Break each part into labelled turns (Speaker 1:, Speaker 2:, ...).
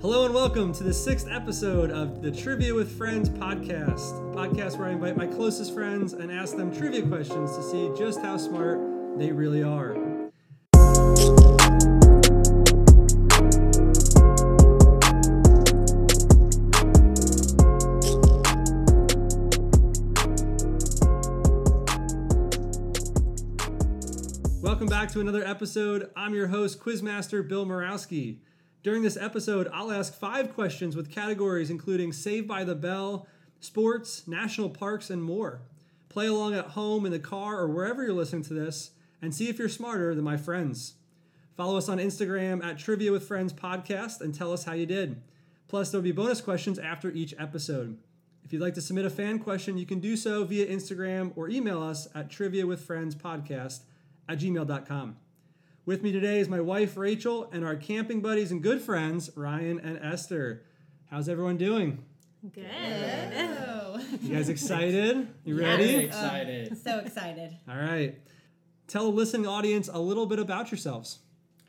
Speaker 1: Hello and welcome to the sixth episode of the Trivia with Friends podcast, a podcast where I invite my closest friends and ask them trivia questions to see just how smart they really are. Welcome back to another episode. I'm your host, Quizmaster Bill Morowski. During this episode, I'll ask five questions with categories including Saved by the Bell, sports, national parks, and more. Play along at home, in the car, or wherever you're listening to this, and see if you're smarter than my friends. Follow us on Instagram at Trivia with Friends Podcast and tell us how you did. Plus, there'll be bonus questions after each episode. If you'd like to submit a fan question, you can do so via Instagram or email us at triviawithfriendspodcast at gmail.com. With me today is my wife, Rachel, and our camping buddies and good friends, Ryan and Esther. How's everyone doing?
Speaker 2: Good.
Speaker 1: You guys excited? You ready?
Speaker 3: excited.
Speaker 4: So excited.
Speaker 1: All right. Tell the listening audience a little bit about yourselves.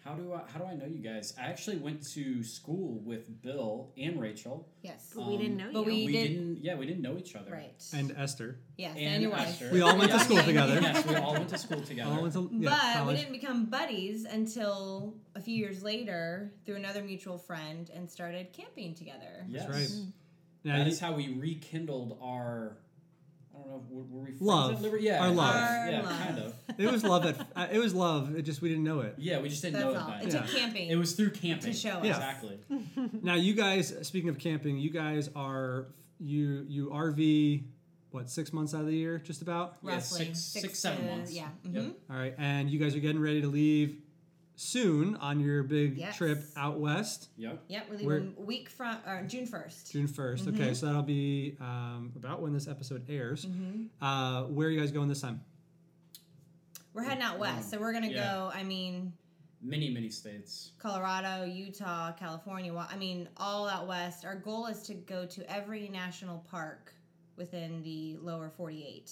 Speaker 3: How do I how do I know you guys? I actually went to school with Bill and Rachel.
Speaker 4: Yes.
Speaker 2: But we didn't know
Speaker 4: Um, but
Speaker 2: you.
Speaker 4: we-
Speaker 3: We
Speaker 4: did-
Speaker 3: didn't yeah, we didn't know each other.
Speaker 4: Right.
Speaker 1: And Esther.
Speaker 4: yes,
Speaker 3: And
Speaker 4: and your wife.
Speaker 3: Esther.
Speaker 1: We all went to
Speaker 3: Yeah.
Speaker 1: school together.
Speaker 3: Yes, we all went to school together.
Speaker 1: All went to yeah,
Speaker 4: but
Speaker 1: college.
Speaker 4: we didn't become buddies until a few years later through another mutual friend and started camping together.
Speaker 3: yes.
Speaker 1: That's
Speaker 4: Mm-hmm.
Speaker 1: right. Now
Speaker 3: That
Speaker 1: you-
Speaker 3: is how we rekindled our I don't know, were, were we friends
Speaker 1: Love.
Speaker 3: at Liberty? Yeah.
Speaker 1: Our love.
Speaker 4: Our
Speaker 3: yeah,
Speaker 4: love.
Speaker 3: kind of.
Speaker 1: it was love. At, uh, it was love. It just we didn't know it.
Speaker 3: Yeah, we just didn't
Speaker 4: That's
Speaker 3: know
Speaker 4: all.
Speaker 3: it
Speaker 4: It
Speaker 3: then.
Speaker 4: took camping.
Speaker 3: It was through camping.
Speaker 4: To show us.
Speaker 1: Yeah.
Speaker 3: Exactly.
Speaker 1: Now you guys. Speaking of camping, you guys are you you RV what six months out of the year, just about.
Speaker 3: Yeah,
Speaker 4: roughly
Speaker 3: six- six, seven
Speaker 4: to-
Speaker 3: months.
Speaker 4: Yeah.
Speaker 3: Yep.
Speaker 4: mhm.
Speaker 1: All right, and you guys are getting ready to leave soon on your big
Speaker 4: Yes.
Speaker 1: trip out west,
Speaker 3: Yep.
Speaker 4: Yep. We're
Speaker 1: We're-
Speaker 4: leaving week from or June first.
Speaker 1: June 1st Okay, so that'll be um, about when this episode airs.
Speaker 4: Mm-hmm.
Speaker 1: Uh, where are you guys going this time?
Speaker 4: We're heading out west, so we're gonna
Speaker 3: Yeah.
Speaker 4: go. I mean,
Speaker 3: Many, many states.
Speaker 4: Colorado, Utah, California. Wa- I mean, all out west. Our goal is to go to every national park within the lower forty-eight.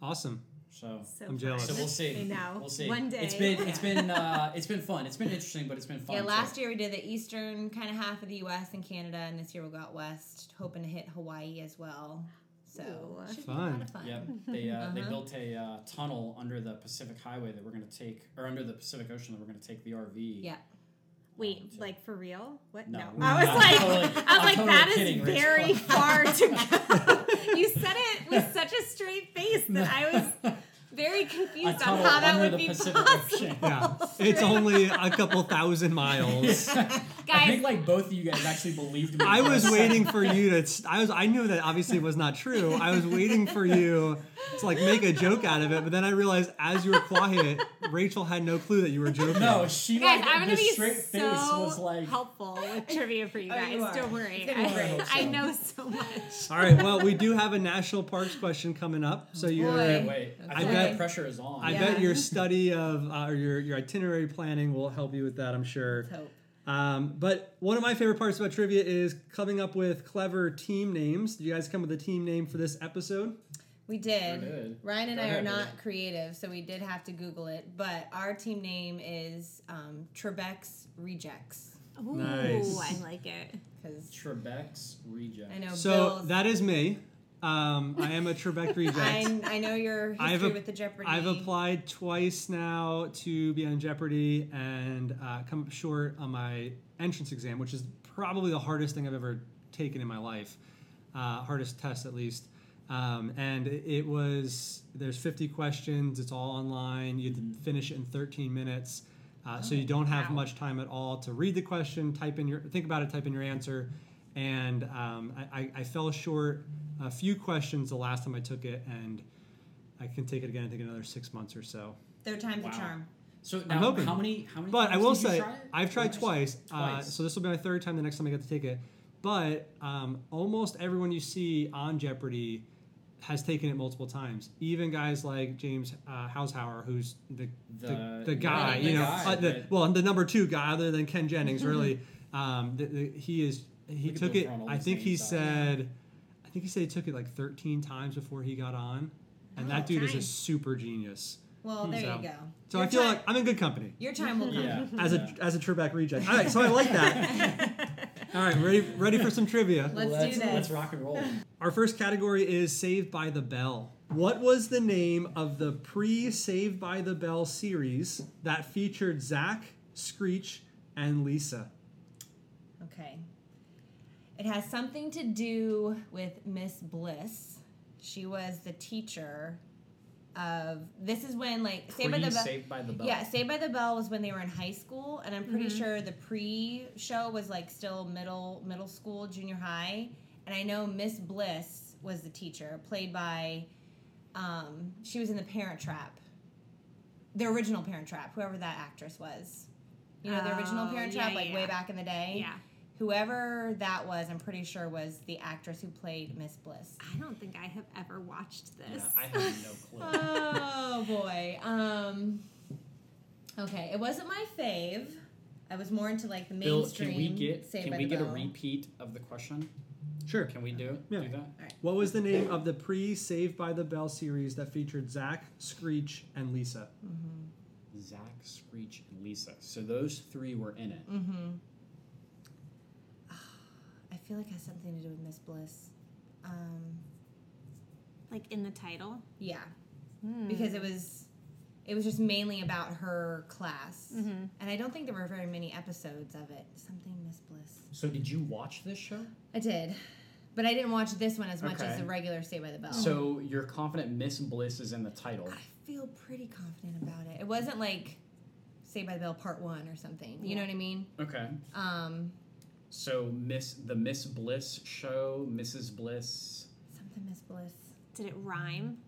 Speaker 1: Awesome.
Speaker 3: So
Speaker 2: So
Speaker 1: I'm jealous.
Speaker 3: So we'll see.
Speaker 2: I know.
Speaker 3: We'll see.
Speaker 2: One day.
Speaker 3: It's been
Speaker 2: Yeah.
Speaker 3: it's been uh, it's been fun. It's been interesting, but it's been fun.
Speaker 4: Yeah,
Speaker 3: so-
Speaker 4: last year we did the eastern kind of half of the U.S. and Canada, and this year we'll go out west, hoping to hit Hawaii as well. So
Speaker 2: Ooh.
Speaker 4: should be a
Speaker 1: Fun.
Speaker 4: lot of fun.
Speaker 3: Yep. They uh, they
Speaker 4: Uh-huh.
Speaker 3: built a uh, tunnel under the Pacific Highway that we're gonna take, or under the Pacific Ocean that we're gonna take the um, RV.
Speaker 4: Yeah.
Speaker 2: Wait, like for real? What?
Speaker 3: No,
Speaker 2: No.
Speaker 3: we're
Speaker 2: I was
Speaker 3: not.
Speaker 2: like,
Speaker 3: I'm
Speaker 2: I
Speaker 3: totally- I'm
Speaker 2: was like,
Speaker 3: totally
Speaker 2: that is
Speaker 3: kidding, Rachel.
Speaker 2: very far to go. you said it with such a straight face that I was very
Speaker 3: A
Speaker 2: confused on
Speaker 3: tunnel
Speaker 2: how that
Speaker 3: under
Speaker 2: would
Speaker 3: the
Speaker 2: be
Speaker 3: Pacific
Speaker 2: possible.
Speaker 3: Ocean.
Speaker 1: Yeah, it's only a couple thousand miles.
Speaker 2: Guys,
Speaker 3: I think like both of you guys actually believed me.
Speaker 1: I
Speaker 3: for a
Speaker 1: was
Speaker 3: second.
Speaker 1: waiting for you to. st- I was. I knew that obviously was not true. I was waiting for you to like make a joke out of it, but then I realized as you were quiet, Rachel had no clue that you were joking.
Speaker 3: No, she
Speaker 2: guys,
Speaker 3: like
Speaker 2: I'm
Speaker 3: the
Speaker 2: gonna be
Speaker 3: straight
Speaker 2: so
Speaker 3: face was like.
Speaker 2: helpful with trivia for you
Speaker 4: Oh,
Speaker 2: guys.
Speaker 4: you are.
Speaker 2: Don't worry,
Speaker 4: It's gonna be
Speaker 2: I,
Speaker 3: great.
Speaker 2: I know so much.
Speaker 1: All right. Well, we do have a national parks question coming up, so you're.
Speaker 4: Oh, boy.
Speaker 3: Wait, I,
Speaker 1: I
Speaker 3: feel
Speaker 1: bet-
Speaker 3: like the pressure is on.
Speaker 1: I
Speaker 4: Yeah.
Speaker 1: bet your study of uh, or your your itinerary planning will help you with that. I'm sure.
Speaker 4: Let's hope.
Speaker 1: Um, but one of my favorite parts about trivia is coming up with clever team names. Did you guys come with a team name for this episode?
Speaker 4: We did.
Speaker 3: We did.
Speaker 4: Ryan and
Speaker 3: Go
Speaker 4: I are
Speaker 3: ahead,
Speaker 4: not
Speaker 3: Billy.
Speaker 4: creative, so we did have to Google it. But our team name is um, Trebek's Rejects
Speaker 2: Ooh,
Speaker 1: Nice.
Speaker 2: I like it.
Speaker 4: because
Speaker 3: Trebek's reject.
Speaker 4: I know
Speaker 1: So
Speaker 4: Bill's-
Speaker 1: that is me. Um, I am a Trebek reject.
Speaker 4: I, I know your history
Speaker 1: I've a-
Speaker 4: with the Jeopardy.
Speaker 1: I've applied twice now to be on Jeopardy and uh, come up short on my entrance exam, which is probably the hardest thing I've ever taken in my life, uh, hardest test at least. Um, and it it was there's 50 questions. It's all online. You have to finish it in 13 minutes, uh, so you don't have
Speaker 2: wow.
Speaker 1: much time at all to read the question, type in your think about it, type in your answer. And um, I, I, I fell short a few questions the last time I took it, and I can take it again. I think another six months or so.
Speaker 4: Third time's
Speaker 3: Wow.
Speaker 4: a charm.
Speaker 3: So now,
Speaker 1: hoping.
Speaker 3: how many? How many?
Speaker 1: But I
Speaker 3: times
Speaker 1: will
Speaker 3: did you
Speaker 1: say
Speaker 3: try it?
Speaker 1: I've tried twice, Uh,
Speaker 3: Twice.
Speaker 1: so this will be my third time. The next time I get to take it, but um, almost everyone you see on Jeopardy has taken it multiple times. Even guys like James uh, Haushauer, who's the the, the,
Speaker 3: The-
Speaker 1: guy,
Speaker 4: the
Speaker 1: you know,
Speaker 3: guy
Speaker 1: uh, the,
Speaker 3: that-
Speaker 1: well, the number two guy other than Ken Jennings, really. um, the, the, he is he
Speaker 3: Look at
Speaker 1: took
Speaker 3: those
Speaker 1: it.
Speaker 3: Ronald
Speaker 1: I think he
Speaker 3: Saints, uh,
Speaker 1: said, I think he said he took it like 13 times before he got on, and
Speaker 3: Oh,
Speaker 1: that dude is a
Speaker 2: Nice.
Speaker 1: super genius.
Speaker 4: Well, there
Speaker 1: So-
Speaker 4: you go.
Speaker 1: So
Speaker 4: your
Speaker 1: I feel
Speaker 4: time,
Speaker 1: like I'm in good company
Speaker 4: your time will come.
Speaker 3: Hmm. Yeah.
Speaker 1: as
Speaker 3: yeah.
Speaker 1: a as a Trebek reject. All right, so I like that. All right, ready ready for some trivia.
Speaker 4: Let's
Speaker 3: let's,
Speaker 4: do this.
Speaker 3: Let's rock and roll.
Speaker 1: Our first category is Saved by the Bell. What was the name of the pre Saved by the Bell series that featured Zach, Screech, and Lisa?
Speaker 4: Okay. It has something to do with Miss Bliss. She was the teacher of. This is when like Saved by the Bell.
Speaker 3: Saved by the Bell.
Speaker 4: Yeah, Saved by the Bell was when they were in high school, and I'm pretty
Speaker 2: Mm-hmm.
Speaker 4: sure the pre-show was like still middle middle school, junior high. And I know Miss Bliss was the teacher, played by. Um, she was in the Parent Trap. The original Parent Trap, whoever that actress was. You know, the original
Speaker 2: Oh,
Speaker 4: Parent
Speaker 2: yeah,
Speaker 4: Trap,
Speaker 2: yeah,
Speaker 4: like way
Speaker 2: yeah.
Speaker 4: back in the day
Speaker 2: Yeah.
Speaker 4: whoever that was, I'm pretty sure was the actress who played Miss Bliss.
Speaker 2: I don't think I have ever watched
Speaker 3: Yeah,
Speaker 2: this.
Speaker 3: I have no clue.
Speaker 4: oh boy. Um Okay, it wasn't my fave. I was more into like the
Speaker 3: Bill,
Speaker 4: mainstream.
Speaker 3: can we get
Speaker 4: Saved
Speaker 3: can
Speaker 4: by
Speaker 3: we
Speaker 4: the
Speaker 3: get a
Speaker 4: Bell.
Speaker 3: repeat of the question?
Speaker 1: Sure.
Speaker 3: Can we do
Speaker 1: Yeah.
Speaker 3: do that?
Speaker 1: What was the name of the pre Saved by the Bell series that featured Zach, Screech, and Lisa?
Speaker 3: Zach, Screech, and Lisa. So those three were in it.
Speaker 4: Mm-hmm. Ah, I feel like it has something to do with Miss Bliss. Um
Speaker 2: like in the title.
Speaker 4: yeah. Because it was it was just mainly about her class. And I don't think there were very many episodes of it. Something Miss Bliss.
Speaker 3: So did you watch this show?
Speaker 4: I did. But I didn't watch this one as much
Speaker 3: Okay.
Speaker 4: as the regular Saved by the Bell.
Speaker 3: So you're confident Miss Bliss is in the title.
Speaker 4: I feel pretty confident about it. It wasn't like Saved by the Bell Part One or something. You know what I mean?
Speaker 3: Okay.
Speaker 4: Um,
Speaker 3: So Miss the Miss Bliss show, Mrs. Bliss.
Speaker 4: something Miss Bliss.
Speaker 2: Did it rhyme?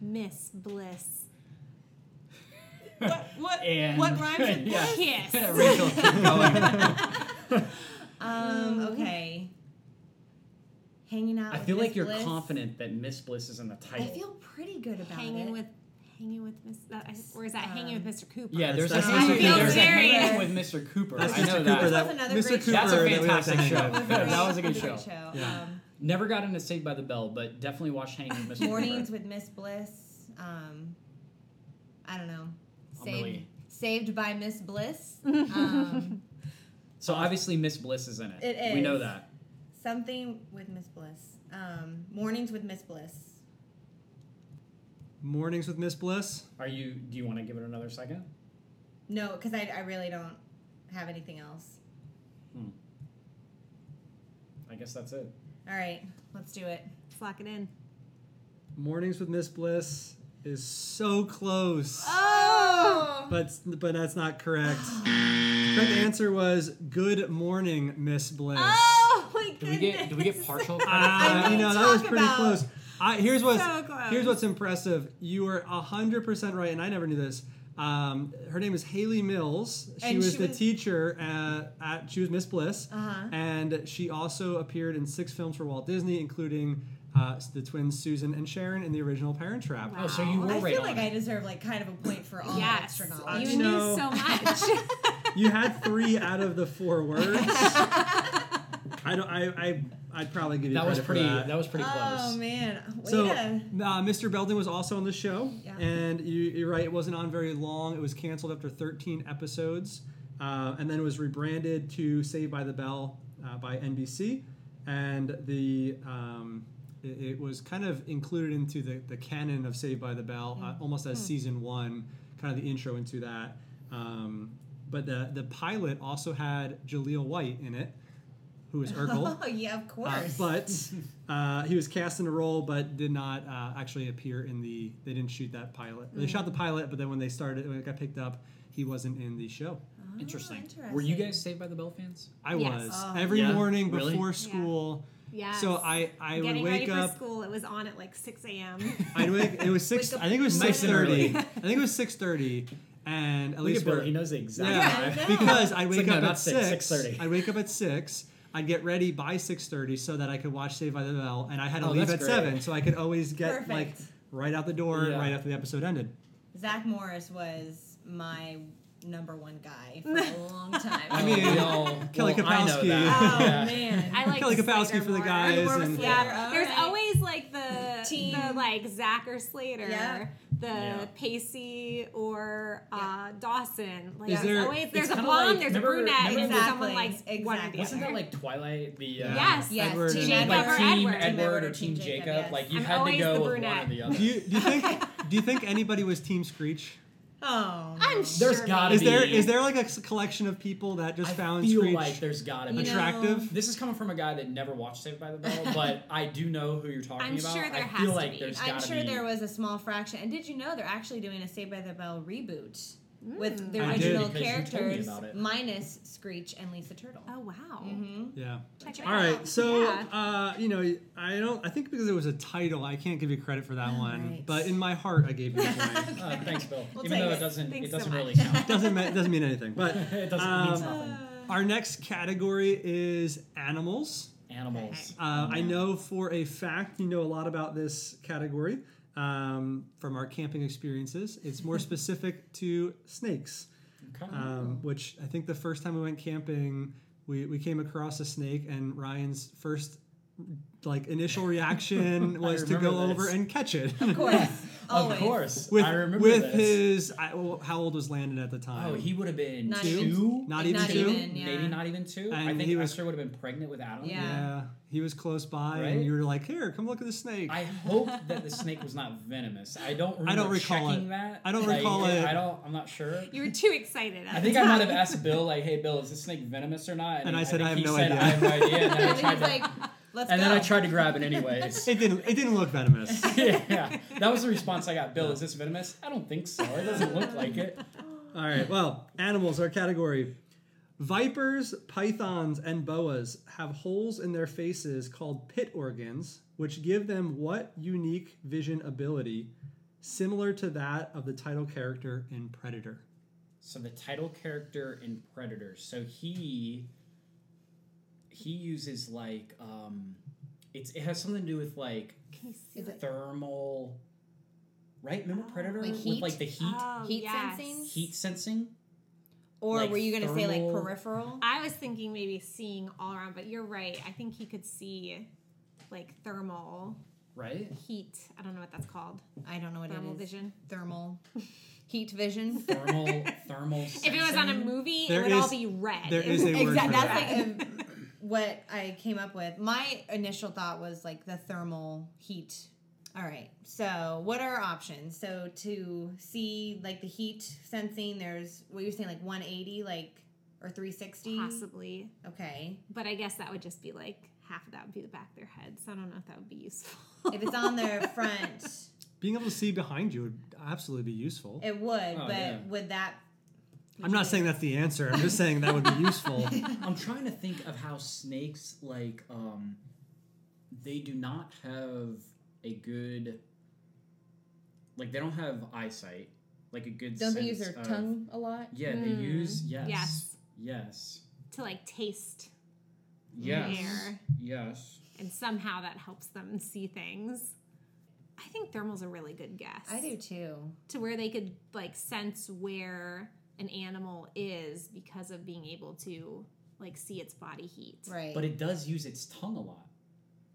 Speaker 2: Miss Bliss.
Speaker 4: What?
Speaker 3: And
Speaker 4: What rhymes with
Speaker 3: yeah.
Speaker 2: Kiss.
Speaker 3: Rachel, keep going.
Speaker 4: Um, okay. Hanging out.
Speaker 3: I
Speaker 4: with
Speaker 3: feel
Speaker 4: Miss
Speaker 3: like you're
Speaker 4: Bliss.
Speaker 3: confident that Miss Bliss is in the
Speaker 4: I
Speaker 3: title.
Speaker 4: feel pretty good about
Speaker 2: Hanging
Speaker 4: it.
Speaker 2: with hanging with Miss that- or is that
Speaker 1: Um,
Speaker 2: hanging with Mr. Cooper?
Speaker 3: yeah, there's a,
Speaker 1: That's- that's
Speaker 3: there's
Speaker 2: Mr.
Speaker 3: a
Speaker 2: Cooper.
Speaker 3: hanging with Mr. Cooper.
Speaker 1: That's
Speaker 3: I
Speaker 1: Mr.
Speaker 3: know that.
Speaker 1: Cooper.
Speaker 4: That was
Speaker 1: That,
Speaker 4: another
Speaker 1: Mr.
Speaker 4: great
Speaker 1: Cooper.
Speaker 4: show. That's a
Speaker 1: that we like to
Speaker 3: fantastic
Speaker 1: hang
Speaker 3: show.
Speaker 1: out
Speaker 4: That was,
Speaker 1: with.
Speaker 4: great.
Speaker 3: That was a
Speaker 4: That
Speaker 3: good show.
Speaker 1: Yeah.
Speaker 4: Um,
Speaker 3: Never got into Saved by the Bell, but definitely watched Hanging with Mr. Cooper.
Speaker 4: mornings with Miss Bliss. Um, I don't know.
Speaker 3: I'm
Speaker 4: Saved,
Speaker 3: really-
Speaker 4: saved by Miss Bliss. Um,
Speaker 3: So obviously Miss Bliss is in it.
Speaker 4: It
Speaker 3: We know
Speaker 4: is.
Speaker 3: that.
Speaker 4: something with Miss Bliss. Um, mornings with Miss Bliss.
Speaker 1: Mornings with Miss Bliss.
Speaker 3: Are you? Do you want to give it another second?
Speaker 4: No, because I, I really don't have anything else.
Speaker 3: I guess that's it.
Speaker 4: All right, let's do it.
Speaker 2: Let's lock it in.
Speaker 1: Mornings with Miss Bliss is so close.
Speaker 4: Oh!
Speaker 1: But but that's not correct. the correct answer was Good Morning Miss Bliss.
Speaker 2: Oh my goodness.
Speaker 3: Do we get? Do we get partial? credit?
Speaker 1: Ah,
Speaker 4: I mean,
Speaker 1: you know that was
Speaker 4: talk
Speaker 1: pretty
Speaker 4: about-
Speaker 1: close. I, here's what's
Speaker 2: So close.
Speaker 1: here's what's impressive. You were hundred percent right, and I never knew this. Um, her name is Haley Mills. She
Speaker 4: And
Speaker 1: was
Speaker 4: she
Speaker 1: the
Speaker 4: was-
Speaker 1: teacher at, at she was Miss Bliss,
Speaker 4: Uh-huh.
Speaker 1: and she also appeared in six films for Walt Disney, including uh, the twins Susan and Sharon in the original Parent Trap.
Speaker 3: Oh, so you were
Speaker 4: I
Speaker 3: right
Speaker 4: feel
Speaker 3: on
Speaker 4: like
Speaker 3: it.
Speaker 4: I deserve like kind of a point for all that
Speaker 2: Yes.
Speaker 4: extra
Speaker 1: I
Speaker 4: knowledge.
Speaker 2: You knew
Speaker 1: know.
Speaker 2: so much.
Speaker 1: You had three out of the four words. I don't. I. I I'd probably give you
Speaker 3: That was
Speaker 1: credit for
Speaker 3: pretty.
Speaker 1: that.
Speaker 3: That was pretty
Speaker 4: oh
Speaker 3: close.
Speaker 4: man, Way
Speaker 1: So,
Speaker 4: to-
Speaker 1: uh, Mr. Belden was also on the show,
Speaker 4: Yeah.
Speaker 1: and you, you're right, it wasn't on very long. It was canceled after 13 episodes, uh, and then it was rebranded to Saved by the Bell uh, by NBC, and the um, it, it was kind of included into the, the canon of Saved by the Bell, uh, almost as season one, kind of the intro into that. Um, but the the pilot also had Jaleel White in it, who was Urkel.
Speaker 4: oh yeah, of
Speaker 1: Uh,
Speaker 4: course.
Speaker 1: but uh, he was cast in a role, but did not uh, actually appear in the. They didn't shoot that pilot. They shot the pilot, but then when they started, when it got picked up, he wasn't in the show.
Speaker 3: Interesting.
Speaker 4: interesting.
Speaker 3: Were you guys Saved by the Bell fans?
Speaker 1: I
Speaker 2: Yes.
Speaker 1: was
Speaker 4: Oh.
Speaker 1: every
Speaker 3: Yeah?
Speaker 1: morning
Speaker 3: Really?
Speaker 1: before school.
Speaker 2: yeah.
Speaker 1: So I I
Speaker 2: Getting
Speaker 1: would wake
Speaker 2: ready
Speaker 1: up.
Speaker 2: for school. It was on at like 6 a.m.
Speaker 1: I'd wake. It was six.
Speaker 4: Wake up
Speaker 1: I think it was
Speaker 4: nice and
Speaker 1: six thirty.
Speaker 3: early.
Speaker 1: I think it was six thirty, and at
Speaker 3: Look
Speaker 1: least
Speaker 3: at Bill.
Speaker 1: we're-
Speaker 3: He knows the exact
Speaker 1: Yeah,
Speaker 4: Yeah, I know.
Speaker 1: because I
Speaker 3: It's
Speaker 1: wake
Speaker 3: like, no,
Speaker 1: up
Speaker 3: not
Speaker 1: at
Speaker 3: six,
Speaker 1: six.
Speaker 3: 6:30.
Speaker 1: I wake up at six. I'd get ready by six thirty so that I could watch Saved by the Bell, and I had to
Speaker 3: Oh,
Speaker 1: leave
Speaker 3: that's
Speaker 1: at
Speaker 3: great.
Speaker 1: seven, so I could always get
Speaker 4: Perfect.
Speaker 1: like right out the door
Speaker 3: Yeah.
Speaker 1: right after the episode ended.
Speaker 4: Zach Morris was my number one guy for a long time.
Speaker 1: I mean,
Speaker 3: well,
Speaker 1: Kelly
Speaker 3: well, I know
Speaker 1: Kapowski.
Speaker 3: that.
Speaker 4: oh
Speaker 3: Yeah.
Speaker 4: man,
Speaker 2: I like
Speaker 1: Kelly Kapowski
Speaker 2: Slater
Speaker 1: for the
Speaker 2: more.
Speaker 1: guys
Speaker 4: More
Speaker 1: and
Speaker 4: Slater. Oh,
Speaker 2: Yeah,
Speaker 4: All
Speaker 2: there's
Speaker 4: right.
Speaker 2: always like the
Speaker 4: Team.
Speaker 2: the like Zach or Slater
Speaker 4: Yeah.
Speaker 2: the
Speaker 3: Yeah.
Speaker 2: Pacey or uh,
Speaker 4: Yeah.
Speaker 2: Dawson. Like
Speaker 1: Is
Speaker 2: there's
Speaker 1: there-
Speaker 2: always there's
Speaker 3: it's
Speaker 2: a
Speaker 3: kinda
Speaker 2: blonde,
Speaker 3: like-
Speaker 2: there's
Speaker 3: remember-
Speaker 2: a brunette,
Speaker 3: remember
Speaker 2: and
Speaker 3: the-
Speaker 2: someone likes one
Speaker 4: Exactly,
Speaker 2: or the
Speaker 4: exactly.
Speaker 3: Wasn't
Speaker 2: other.
Speaker 3: that like Twilight? The uh,
Speaker 2: Yes.
Speaker 4: Yes,
Speaker 1: Edward
Speaker 4: Team
Speaker 1: and-
Speaker 3: Team,
Speaker 4: Edward.
Speaker 3: like Team
Speaker 2: Edward.
Speaker 3: Edward,
Speaker 4: Edward
Speaker 3: or Team Jacob.
Speaker 4: yes.
Speaker 3: Like you
Speaker 2: I'm
Speaker 3: had to
Speaker 2: always
Speaker 3: go
Speaker 2: the
Speaker 3: with one
Speaker 2: brunette.
Speaker 3: or the other.
Speaker 1: Do you do you think do you think anybody was Team Screech?
Speaker 4: Oh,
Speaker 2: I'm
Speaker 4: no.
Speaker 2: sure
Speaker 3: There's gotta
Speaker 1: Is
Speaker 3: be.
Speaker 1: there is there like a s- collection of people that just
Speaker 3: I
Speaker 1: found
Speaker 3: feel
Speaker 1: Screech
Speaker 3: like there's gotta be.
Speaker 4: You know-
Speaker 1: attractive?
Speaker 3: This is coming from a guy that never watched Saved by the Bell, but I do know who you're talking
Speaker 2: I'm
Speaker 3: about.
Speaker 2: sure there
Speaker 3: I
Speaker 2: has
Speaker 3: feel
Speaker 2: to
Speaker 3: like
Speaker 2: be.
Speaker 3: there's
Speaker 4: I'm
Speaker 3: gotta
Speaker 4: sure
Speaker 3: be.
Speaker 4: there was a small fraction. And did you know they're actually doing a Saved by the Bell reboot with
Speaker 3: Mm.
Speaker 4: the
Speaker 1: I did,
Speaker 4: original
Speaker 3: because you told me
Speaker 4: characters
Speaker 3: about it.
Speaker 4: minus Screech and Lisa Turtle?
Speaker 2: Oh wow.
Speaker 4: hmm
Speaker 1: Yeah.
Speaker 2: Check it
Speaker 1: All right.
Speaker 2: out.
Speaker 1: So
Speaker 2: Yeah.
Speaker 1: uh, you know, I don't. I think because it was a title, I can't give you credit for that
Speaker 4: All
Speaker 1: one.
Speaker 4: Oh, right.
Speaker 1: But in my heart, I gave you a point.
Speaker 3: Uh, thanks, Bill.
Speaker 4: We'll
Speaker 3: Even
Speaker 4: take
Speaker 3: though
Speaker 4: it.
Speaker 3: it doesn't,
Speaker 2: Thanks
Speaker 3: it
Speaker 2: so
Speaker 3: doesn't
Speaker 2: much.
Speaker 3: really count.
Speaker 1: doesn't mean, doesn't mean anything. But
Speaker 3: it doesn't
Speaker 1: Um,
Speaker 3: mean nothing.
Speaker 1: our next category is animals.
Speaker 3: Animals.
Speaker 1: Uh,
Speaker 3: Mm-hmm.
Speaker 1: I know for a fact you know a lot about this category um, from our camping experiences. It's more specific to snakes,
Speaker 3: Okay.
Speaker 1: um,
Speaker 3: Oh.
Speaker 1: which I think the first time we went camping, we, we came across a snake, and Ryan's first like initial reaction was to
Speaker 3: remember
Speaker 1: go
Speaker 3: this.
Speaker 1: over and catch it.
Speaker 4: Of course, always.
Speaker 3: Of course.
Speaker 1: with
Speaker 3: I remember
Speaker 1: with
Speaker 3: this.
Speaker 1: his I, well, how old was Landon at the time?
Speaker 3: Oh, he would have been
Speaker 4: Not
Speaker 3: two.
Speaker 4: even-
Speaker 1: not
Speaker 4: Like,
Speaker 1: even
Speaker 4: not
Speaker 1: two.
Speaker 4: even. yeah.
Speaker 3: Maybe not even two. I
Speaker 1: And
Speaker 3: think
Speaker 1: he was-
Speaker 3: Esther would have been pregnant with Adam.
Speaker 4: Yeah.
Speaker 1: Yeah, he was close by, and
Speaker 3: Right?
Speaker 1: you were like, "Here, come look at the snake."
Speaker 3: I hope that the snake was not venomous. I don't. Remember
Speaker 1: I don't recall
Speaker 3: checking
Speaker 1: it.
Speaker 3: That.
Speaker 1: I don't
Speaker 3: Like,
Speaker 1: recall it.
Speaker 3: I don't. I'm not sure.
Speaker 2: You were too excited. at
Speaker 3: I think
Speaker 2: the
Speaker 3: I might
Speaker 2: time.
Speaker 3: have asked Bill, like, "Hey, Bill, is this snake venomous or not?"
Speaker 1: And I said,
Speaker 3: think
Speaker 1: "I have
Speaker 3: he
Speaker 1: no
Speaker 3: said,
Speaker 1: idea."
Speaker 3: I have no idea. And then I
Speaker 4: And then
Speaker 3: tried
Speaker 4: he's
Speaker 3: to,
Speaker 4: like, let's
Speaker 3: and
Speaker 4: go.
Speaker 3: then I tried to grab it anyways.
Speaker 1: it didn't. It didn't look venomous.
Speaker 3: yeah, that was the response I got. Bill, is this venomous? I don't think so. It doesn't look like it.
Speaker 1: All right. Well, animals are category. Vipers, pythons, and boas have holes in their faces called pit organs, which give them what unique vision ability similar to that of the title character in Predator?
Speaker 3: So the title character in Predator. So he he uses like um it's it has something to do with like
Speaker 4: Is it-
Speaker 3: thermal right? Remember Predator
Speaker 4: Like
Speaker 3: with
Speaker 4: heat?
Speaker 3: like the heat
Speaker 2: Oh,
Speaker 4: Heat
Speaker 2: yes.
Speaker 4: sensing?
Speaker 3: heat sensing?
Speaker 4: or
Speaker 3: like
Speaker 4: were you gonna say like
Speaker 3: thermal-
Speaker 4: peripheral?
Speaker 2: I was thinking maybe seeing all around, but you're right. I think he could see like thermal
Speaker 3: Right?
Speaker 2: heat. I don't know what that's called.
Speaker 4: I don't know what
Speaker 2: Thermal
Speaker 4: it is.
Speaker 2: vision.
Speaker 4: Thermal, heat vision.
Speaker 3: Thermal thermal
Speaker 2: If it was on a
Speaker 3: sensing?
Speaker 2: movie,
Speaker 1: There
Speaker 2: it would all
Speaker 1: is-
Speaker 2: be red.
Speaker 1: there is a word
Speaker 4: Exactly.
Speaker 1: for
Speaker 4: That's like um, what I came up with. My initial thought was like the thermal heat. All right. So what are our options? So to see like the heat sensing, there's what you're saying like 180, like or 360.
Speaker 2: possibly,
Speaker 4: Okay.
Speaker 2: but I guess that would just be like half of that would be the back of their heads. I don't know if that would be useful.
Speaker 4: If it's on their front,
Speaker 1: Being able to see behind you would absolutely be useful.
Speaker 4: it would. but
Speaker 3: Oh, yeah.
Speaker 4: would that?
Speaker 1: I'm not saying that's the answer. I'm just saying that would be useful.
Speaker 3: I'm trying to think of how snakes like um they do not have a good like they don't have eyesight like a good
Speaker 4: Don't they use
Speaker 3: sense Uh,
Speaker 4: their
Speaker 3: of-
Speaker 4: tongue Hmm. a lot?
Speaker 3: Yeah, they
Speaker 2: Mm.
Speaker 3: use yes.
Speaker 2: Yes.
Speaker 3: Yes.
Speaker 2: to like taste
Speaker 3: Yes.
Speaker 2: air,
Speaker 3: Yes.
Speaker 2: and somehow that helps them see things. I think thermal's a really good guess.
Speaker 4: I do too.
Speaker 2: to where they could like sense where an animal is because of being able to like see its body heat.
Speaker 4: Right.
Speaker 3: But it does use its tongue a lot.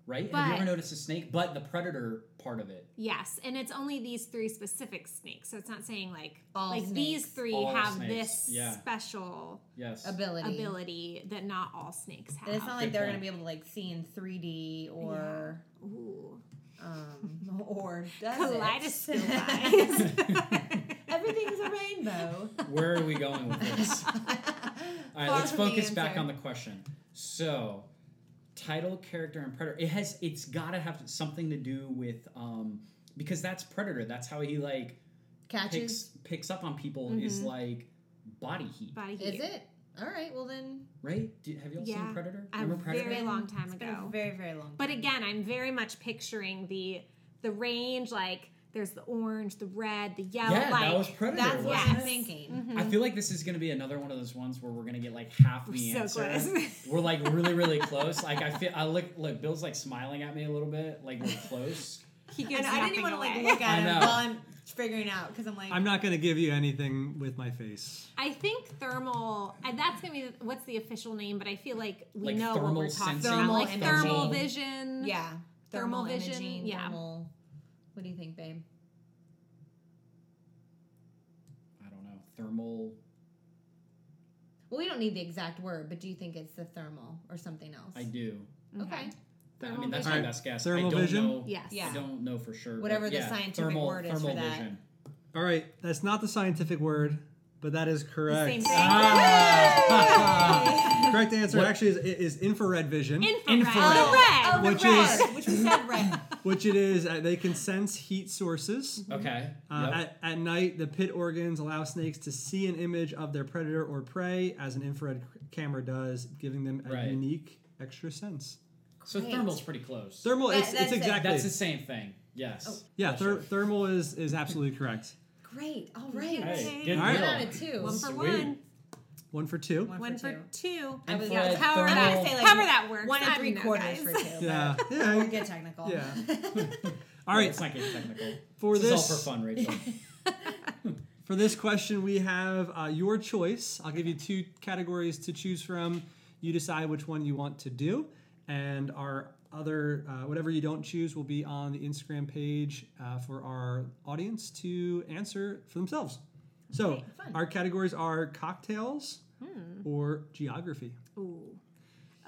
Speaker 3: Right? Have you
Speaker 2: But-
Speaker 3: ever noticed a snake? But the predator part of it.
Speaker 2: Yes, and it's only these three specific snakes. So it's not saying like
Speaker 4: All
Speaker 2: like these
Speaker 4: snakes.
Speaker 2: three
Speaker 3: All
Speaker 2: have
Speaker 3: snakes,
Speaker 2: this
Speaker 3: yeah.
Speaker 2: special
Speaker 3: Yes.
Speaker 4: ability.
Speaker 2: ability that not all snakes have.
Speaker 4: And it's not like
Speaker 3: Good
Speaker 4: they're
Speaker 3: point.
Speaker 4: gonna be able to like see in 3D or.
Speaker 2: Ooh.
Speaker 4: Um, or does it?
Speaker 2: Kaleidoscope eyes.
Speaker 4: Everything's a rainbow.
Speaker 3: Where are we going with this? All right,
Speaker 4: Far
Speaker 3: let's
Speaker 4: from the
Speaker 3: focus back
Speaker 4: answer.
Speaker 3: on the question. So, title, character, and predator. It has. It's got to have something to do with um because that's predator. That's how he like picks
Speaker 4: Catches.
Speaker 3: picks up on people is like body heat,
Speaker 2: Mm-hmm. Body heat.
Speaker 4: Is it? All right. Well then,
Speaker 3: right? Do, have you all
Speaker 2: Yeah.
Speaker 3: seen Predator?
Speaker 2: A
Speaker 3: Remember Predator?
Speaker 2: very long time
Speaker 4: it's been
Speaker 2: ago.
Speaker 4: a very very long.
Speaker 2: But again, I'm very much picturing the the range like there's the orange, the red, the yellow.
Speaker 3: yeah,
Speaker 2: like Mm-hmm.
Speaker 3: that was Predator.
Speaker 4: That's what
Speaker 3: wasn't
Speaker 4: I'm
Speaker 3: it?
Speaker 4: thinking.
Speaker 3: I feel like this is going to be another one of those ones where we're going to get like half the
Speaker 2: We're so
Speaker 3: answer.
Speaker 2: close.
Speaker 3: We're like really, really close. Like I feel, I look, look, Bill's like smiling at me a little bit, like we're close.
Speaker 2: he
Speaker 4: And
Speaker 2: gives
Speaker 4: I didn't even want to like look
Speaker 3: I
Speaker 4: at him
Speaker 3: know.
Speaker 4: while I'm figuring out because I'm like,
Speaker 1: I'm not going to give you anything with my face.
Speaker 2: I think thermal, and that's gonna be what's the official name, but I feel like we
Speaker 3: Like
Speaker 2: know what
Speaker 3: thermal
Speaker 2: we're talking
Speaker 3: sensing,
Speaker 2: about,
Speaker 4: Thermal
Speaker 2: like thermal
Speaker 4: imaging.
Speaker 2: vision.
Speaker 4: yeah,
Speaker 2: Thermal vision,
Speaker 4: imaging,
Speaker 2: yeah.
Speaker 4: Thermal, what do you think, babe?
Speaker 3: thermal.
Speaker 4: Well, we don't need the exact word, but do you think it's the thermal or something else?
Speaker 3: I do.
Speaker 2: Mm-hmm.
Speaker 4: Okay.
Speaker 3: Th- I
Speaker 2: Thermal
Speaker 3: mean, that's
Speaker 1: vision.
Speaker 3: my best guess.
Speaker 1: Thermal
Speaker 3: I don't
Speaker 1: vision?
Speaker 3: know.
Speaker 2: Yes.
Speaker 4: Yeah.
Speaker 3: I don't know for sure. but
Speaker 4: Whatever the
Speaker 3: yeah,
Speaker 4: scientific
Speaker 3: thermal,
Speaker 4: word is for
Speaker 3: thermal
Speaker 4: that.
Speaker 3: Vision.
Speaker 1: All right, that's not the scientific word, but that is correct.
Speaker 2: Same thing.
Speaker 1: Ah. correct answer actually is, is infrared vision,
Speaker 2: Infrared.
Speaker 3: Infrared.
Speaker 4: Oh,
Speaker 2: Oh,
Speaker 4: the
Speaker 1: Which
Speaker 4: red,
Speaker 1: is-
Speaker 4: which we said red.
Speaker 1: which it is. Uh, they can sense heat sources.
Speaker 4: Mm-hmm.
Speaker 3: Okay.
Speaker 1: Uh,
Speaker 3: Yep.
Speaker 1: at, at night, the pit organs allow snakes to see an image of their predator or prey, as an infrared c- camera does, giving them a
Speaker 3: Right.
Speaker 1: unique extra sense.
Speaker 3: so
Speaker 4: Great.
Speaker 3: thermal's pretty close.
Speaker 1: Thermal,
Speaker 4: That-
Speaker 1: it's, it's
Speaker 4: that's it.
Speaker 1: exactly.
Speaker 3: That's the same thing. Yes.
Speaker 4: Oh.
Speaker 1: yeah, ther- thermal is, is absolutely correct.
Speaker 4: Great. All right.
Speaker 3: Hey,
Speaker 2: Okay.
Speaker 3: good
Speaker 1: All right.
Speaker 4: One
Speaker 3: deal.
Speaker 4: out of two.
Speaker 2: One for
Speaker 3: Sweet.
Speaker 2: one.
Speaker 1: One for two.
Speaker 4: One
Speaker 2: One for two.
Speaker 4: I was
Speaker 3: Infrared,
Speaker 4: however
Speaker 2: However
Speaker 4: that,
Speaker 2: that,
Speaker 4: I
Speaker 3: thermal.
Speaker 4: say like
Speaker 2: however that works.
Speaker 4: one
Speaker 2: I
Speaker 4: and
Speaker 2: don't
Speaker 4: three
Speaker 2: know,
Speaker 4: quarters
Speaker 2: guys.
Speaker 4: for two. but
Speaker 1: Yeah. yeah.
Speaker 4: We'll get technical.
Speaker 1: Yeah. All
Speaker 3: All right.
Speaker 1: right,
Speaker 3: It's not getting technical.
Speaker 1: for
Speaker 3: this,
Speaker 1: this
Speaker 3: is all for fun, Rachel.
Speaker 1: For this question, we have uh, your choice. I'll give you two categories to choose from. You decide which one you want to do, and our other uh, whatever you don't choose will be on the Instagram page uh, for our audience to answer for themselves. So
Speaker 4: fun. Hmm.
Speaker 1: our categories are cocktails or geography.
Speaker 2: Ooh.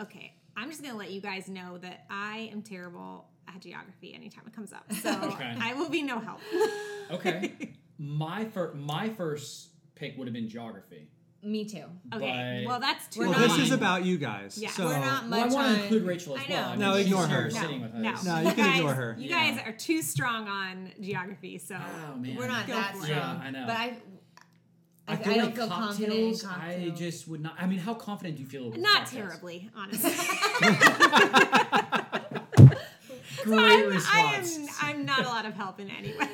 Speaker 2: Okay. I'm just going to let you guys know that I am terrible at geography anytime it comes up. So
Speaker 3: Okay.
Speaker 2: I will be no help.
Speaker 3: okay. My fir- my first pick would have been geography.
Speaker 4: Me too.
Speaker 2: Okay.
Speaker 3: But-
Speaker 2: well, that's too
Speaker 4: We're
Speaker 1: Well,
Speaker 4: not-
Speaker 1: this is
Speaker 3: mine.
Speaker 1: about you guys.
Speaker 2: Yeah.
Speaker 1: so
Speaker 4: We're not
Speaker 3: Well, I
Speaker 4: much
Speaker 3: want
Speaker 4: on.
Speaker 3: to include Rachel as
Speaker 4: I
Speaker 3: well. I
Speaker 4: know.
Speaker 1: No,
Speaker 3: mean,
Speaker 1: ignore
Speaker 3: she's
Speaker 1: her.
Speaker 3: here Sitting with
Speaker 2: no,
Speaker 3: us.
Speaker 1: No, you can
Speaker 2: guys-
Speaker 1: ignore her.
Speaker 2: You
Speaker 3: Yeah.
Speaker 2: guys are too strong on geography, so
Speaker 3: Oh man.
Speaker 4: We're not
Speaker 2: Go
Speaker 4: that
Speaker 2: for it.
Speaker 4: strong.
Speaker 3: Yeah, I know.
Speaker 4: But I, I, I,
Speaker 3: feel
Speaker 4: don't
Speaker 3: like
Speaker 4: feel confident in
Speaker 3: cocktails, I
Speaker 4: cocktails.
Speaker 3: just would not. I mean, how confident do you feel? With
Speaker 2: not
Speaker 3: cocktails?
Speaker 2: terribly, honestly.
Speaker 1: great
Speaker 2: I'm, I
Speaker 1: response.
Speaker 2: am. I'm not a lot of help in any way.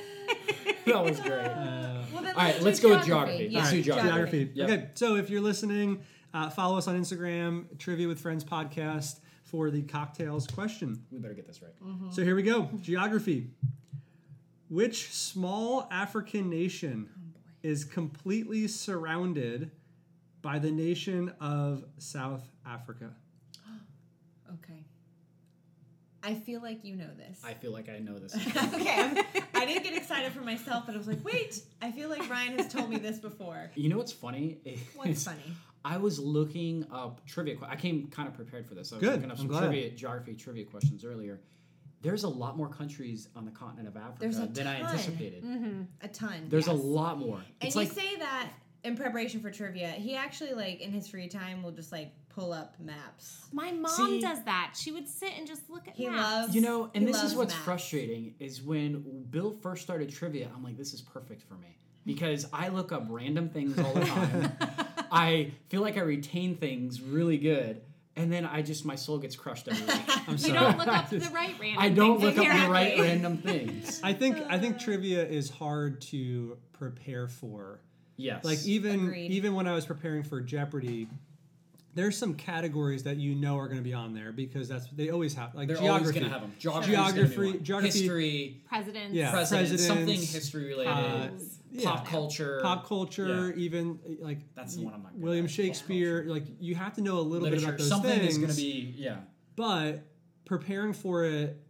Speaker 3: That was great.
Speaker 1: Uh,
Speaker 4: Well, then
Speaker 3: All right,
Speaker 4: do
Speaker 3: let's go with geography.
Speaker 4: Yeah.
Speaker 3: Let's do geography.
Speaker 1: geography.
Speaker 3: Yep.
Speaker 1: Okay, so if you're listening, uh, follow us on Instagram, Trivia with Friends podcast for the cocktails question.
Speaker 3: We better get this right.
Speaker 4: Mm.
Speaker 1: So here we go. Geography. Which small African nation is completely surrounded by the nation of South Africa?
Speaker 4: Okay. I feel like you know this.
Speaker 3: I feel like I know this.
Speaker 4: okay. I'm- I didn't get excited for myself, but I was like, wait, I feel like Ryan has told me this before.
Speaker 3: you know what's funny?
Speaker 4: What's funny?
Speaker 3: I was looking up trivia. que- I came kind of prepared for this. I was
Speaker 1: Good,
Speaker 3: looking up
Speaker 1: I'm
Speaker 3: some
Speaker 1: glad.
Speaker 3: trivia, geography trivia questions earlier. There's a lot more countries on the continent of Africa
Speaker 4: There's a
Speaker 3: than I
Speaker 4: ton.
Speaker 3: anticipated.
Speaker 4: A ton.
Speaker 3: There's a
Speaker 4: yes.
Speaker 3: lot more.
Speaker 4: And
Speaker 3: It's
Speaker 4: you
Speaker 3: like
Speaker 4: say that in preparation for trivia. He actually like in his free time will just like pull up maps.
Speaker 2: My mom
Speaker 3: See-
Speaker 2: does that. She would sit and just look at
Speaker 4: He
Speaker 2: maps.
Speaker 4: loves
Speaker 3: you know, and
Speaker 4: he
Speaker 3: this is
Speaker 4: loves
Speaker 3: what's
Speaker 4: maps.
Speaker 3: frustrating is when Bill first started trivia, I'm like, this is perfect for me. Because I look up random things all the time. I feel like I retain things really good. And then I just my soul gets crushed every week.
Speaker 1: I'm
Speaker 2: You
Speaker 1: sorry.
Speaker 2: don't look up the right random.
Speaker 3: I don't
Speaker 2: things
Speaker 3: look up the right
Speaker 2: apparently.
Speaker 3: random things.
Speaker 1: I think I think trivia is hard to prepare for.
Speaker 3: Yes.
Speaker 1: Like even
Speaker 4: Agreed.
Speaker 1: even when I was preparing for Jeopardy, there's some categories that you know are going to be on there because that's they always have like
Speaker 3: They're always
Speaker 1: geography.
Speaker 3: going to have them. Geography's gonna be
Speaker 1: Geography-
Speaker 3: one.
Speaker 1: geography-
Speaker 3: history,
Speaker 2: Presidents.
Speaker 1: Yeah.
Speaker 3: presidents, something
Speaker 1: presidents,
Speaker 3: history related,
Speaker 1: uh, yeah.
Speaker 3: pop culture,
Speaker 1: pop culture, even uh, like
Speaker 3: That's the one I'm not good
Speaker 1: William
Speaker 3: at, pop
Speaker 1: Shakespeare. Like you have to know a little bit
Speaker 3: literature.
Speaker 1: about those
Speaker 3: something
Speaker 1: things.
Speaker 3: is going to be yeah.
Speaker 1: but preparing for it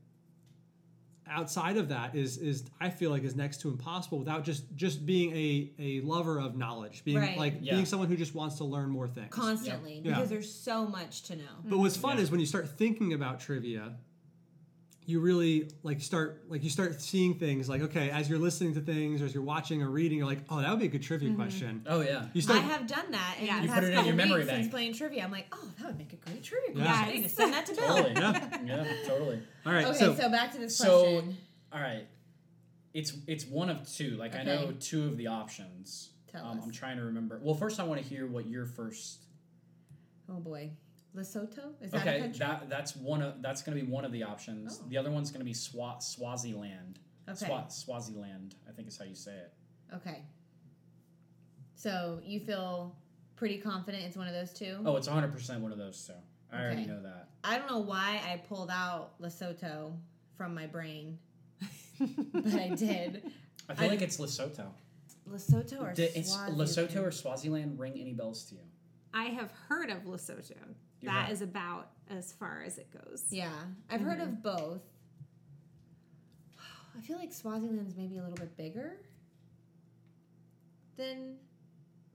Speaker 1: outside of that is is I feel like is next to impossible without just just being a a lover of knowledge, being
Speaker 4: Right.
Speaker 1: like
Speaker 3: Yeah.
Speaker 1: being someone who just wants to learn more things.
Speaker 4: constantly
Speaker 1: Yeah.
Speaker 4: because there's so much to know.
Speaker 1: But what's fun
Speaker 3: Yeah.
Speaker 1: is when you start thinking about trivia, you really like start like you start seeing things like okay, as you're listening to things or as you're watching or reading, you're like, oh, that would be a good trivia question.
Speaker 3: Oh yeah.
Speaker 1: You
Speaker 4: Mm-hmm. I
Speaker 1: start
Speaker 4: have done that in
Speaker 2: Yeah.
Speaker 4: the
Speaker 2: You
Speaker 4: past
Speaker 3: put it in
Speaker 4: couple
Speaker 3: your memory
Speaker 4: weeks since
Speaker 3: bank.
Speaker 4: playing trivia. I'm like, oh, that would make a great trivia question.
Speaker 1: Yeah.
Speaker 4: I need to send that to Bill.
Speaker 3: Totally.
Speaker 1: Yeah.
Speaker 3: yeah, totally.
Speaker 1: all right.
Speaker 4: Okay,
Speaker 1: so,
Speaker 4: so, back to this
Speaker 3: So,
Speaker 4: question.
Speaker 3: all right. It's it's one of two. Like I
Speaker 4: Okay.
Speaker 3: know two of the options.
Speaker 4: Tell
Speaker 3: um,
Speaker 4: us.
Speaker 3: I'm trying to remember. Well, first I want to hear what your first.
Speaker 4: Oh boy, Lesotho is that a
Speaker 3: okay,
Speaker 4: country?
Speaker 3: that that's one of that's going to be one of the options.
Speaker 4: Oh.
Speaker 3: The other one's going to be Swa- Swaziland.
Speaker 4: Okay.
Speaker 3: Swa- Swaziland, I think is how you say it.
Speaker 4: okay. So you feel pretty confident it's one of those two.
Speaker 3: Oh, it's 100 percent one of those two. I already
Speaker 4: Okay.
Speaker 3: know that.
Speaker 4: I don't know why I pulled out Lesotho from my brain, but I did.
Speaker 3: I feel
Speaker 4: I-
Speaker 3: like it's Lesotho.
Speaker 4: Lesotho or
Speaker 3: D- it's
Speaker 4: Swaziland?
Speaker 3: Lesotho or Swaziland ring any bells to you?
Speaker 2: I have heard of Lesotho.
Speaker 3: You
Speaker 2: That
Speaker 3: have.
Speaker 2: is about as far as it goes.
Speaker 4: Yeah, I've heard
Speaker 3: Mm-hmm.
Speaker 4: of both. I feel like Swaziland's maybe a little bit bigger than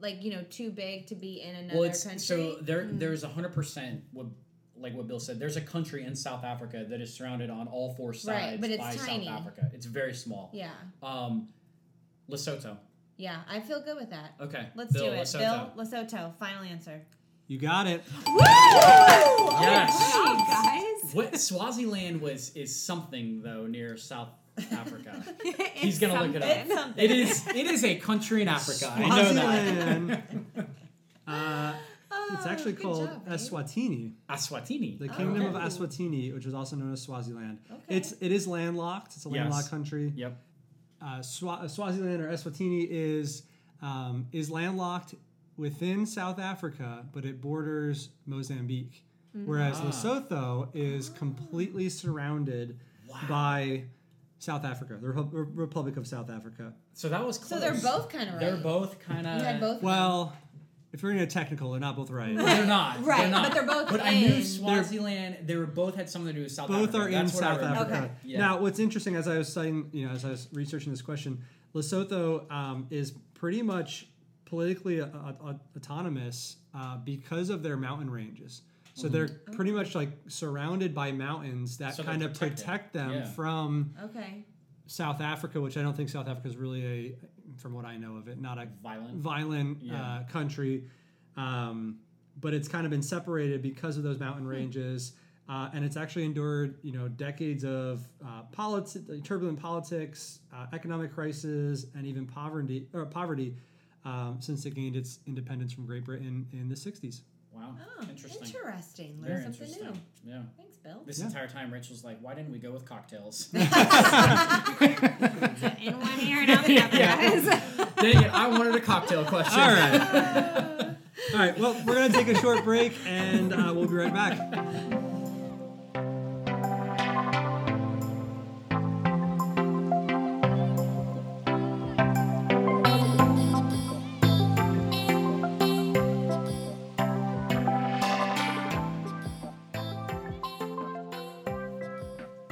Speaker 4: like you know too big to be in another
Speaker 3: well it's
Speaker 4: country? Mm-hmm.
Speaker 3: so there there's 100% what like what bill said there's a country in south africa that is surrounded on all four sides
Speaker 4: but it's
Speaker 3: by
Speaker 4: tiny.
Speaker 3: south africa it's very small
Speaker 4: yeah,
Speaker 3: um lesotho
Speaker 4: yeah, I feel good with that.
Speaker 3: okay
Speaker 4: Let's
Speaker 3: bill,
Speaker 4: do it,
Speaker 3: lesotho.
Speaker 4: Bill Lesotho. Final answer.
Speaker 1: You got it.
Speaker 3: yes
Speaker 2: Wow, guys.
Speaker 3: what swaziland was is something though near south africa
Speaker 2: It's
Speaker 3: gonna look it up.
Speaker 2: something.
Speaker 3: it is it is a country in africa i know that
Speaker 1: Swaziland. uh, it's actually
Speaker 4: Oh, good
Speaker 1: called
Speaker 4: job, babe.
Speaker 1: Eswatini,
Speaker 3: aswatini
Speaker 1: the Kingdom of
Speaker 4: okay.
Speaker 1: Eswatini, which is also known as Swaziland.
Speaker 4: Okay.
Speaker 1: It's it is landlocked. It's a
Speaker 3: Yes.
Speaker 1: landlocked country.
Speaker 3: yep
Speaker 1: uh, Swa- Swaziland or Eswatini is um, is landlocked within South Africa, but it borders Mozambique.
Speaker 4: Mm.
Speaker 1: Whereas
Speaker 3: Ah.
Speaker 1: Lesotho is
Speaker 4: Ah.
Speaker 1: completely surrounded by South Africa, the Repu- Re- Republic of South Africa.
Speaker 3: so that was close.
Speaker 4: So they're both kind of right.
Speaker 3: they're both uh, kind
Speaker 4: You had
Speaker 3: of
Speaker 4: both.
Speaker 1: Well, if we're gonna technical, they're not both right.
Speaker 3: They're not.
Speaker 4: Right,
Speaker 3: They're not.
Speaker 4: but they're both
Speaker 3: But I knew
Speaker 4: in-
Speaker 3: Swaziland. They were both had something to do with South
Speaker 1: both
Speaker 3: Africa.
Speaker 1: are in
Speaker 3: That's what I
Speaker 1: South
Speaker 3: remember.
Speaker 1: Africa.
Speaker 4: Okay.
Speaker 3: Yeah.
Speaker 1: Now, what's interesting as I was studying, you know, as I was researching this question, Lesotho um, is pretty much politically a- a- a- autonomous uh, because of their mountain ranges. So they're pretty much like surrounded by mountains that
Speaker 3: Mm-hmm. So they're
Speaker 1: kind of
Speaker 3: protected.
Speaker 1: protect them
Speaker 3: Yeah.
Speaker 1: from
Speaker 4: Okay.
Speaker 1: South Africa, which I don't think South Africa is really a, from what I know of it, not a
Speaker 3: Violent.
Speaker 1: violent
Speaker 3: Yeah.
Speaker 1: uh, country, um, but it's kind of been separated because of those mountain ranges, uh, and it's actually endured you know decades of uh, politi- turbulent politics, uh, economic crisis, and even poverty or poverty um, since it gained its independence from Great Britain in the '60s.
Speaker 3: Wow.
Speaker 4: Oh,
Speaker 3: interesting.
Speaker 4: interesting. Learn
Speaker 3: Very
Speaker 4: something
Speaker 3: interesting.
Speaker 4: new.
Speaker 3: Yeah.
Speaker 4: Thanks, Bill.
Speaker 3: This
Speaker 1: Yeah.
Speaker 3: entire time, Rachel's like, "Why didn't we go with cocktails?"
Speaker 2: In one ear and out the other, guys.
Speaker 3: Dang it! I wanted a cocktail question.
Speaker 1: All right. All right. Well, we're gonna take a short break, and uh, we'll be right back.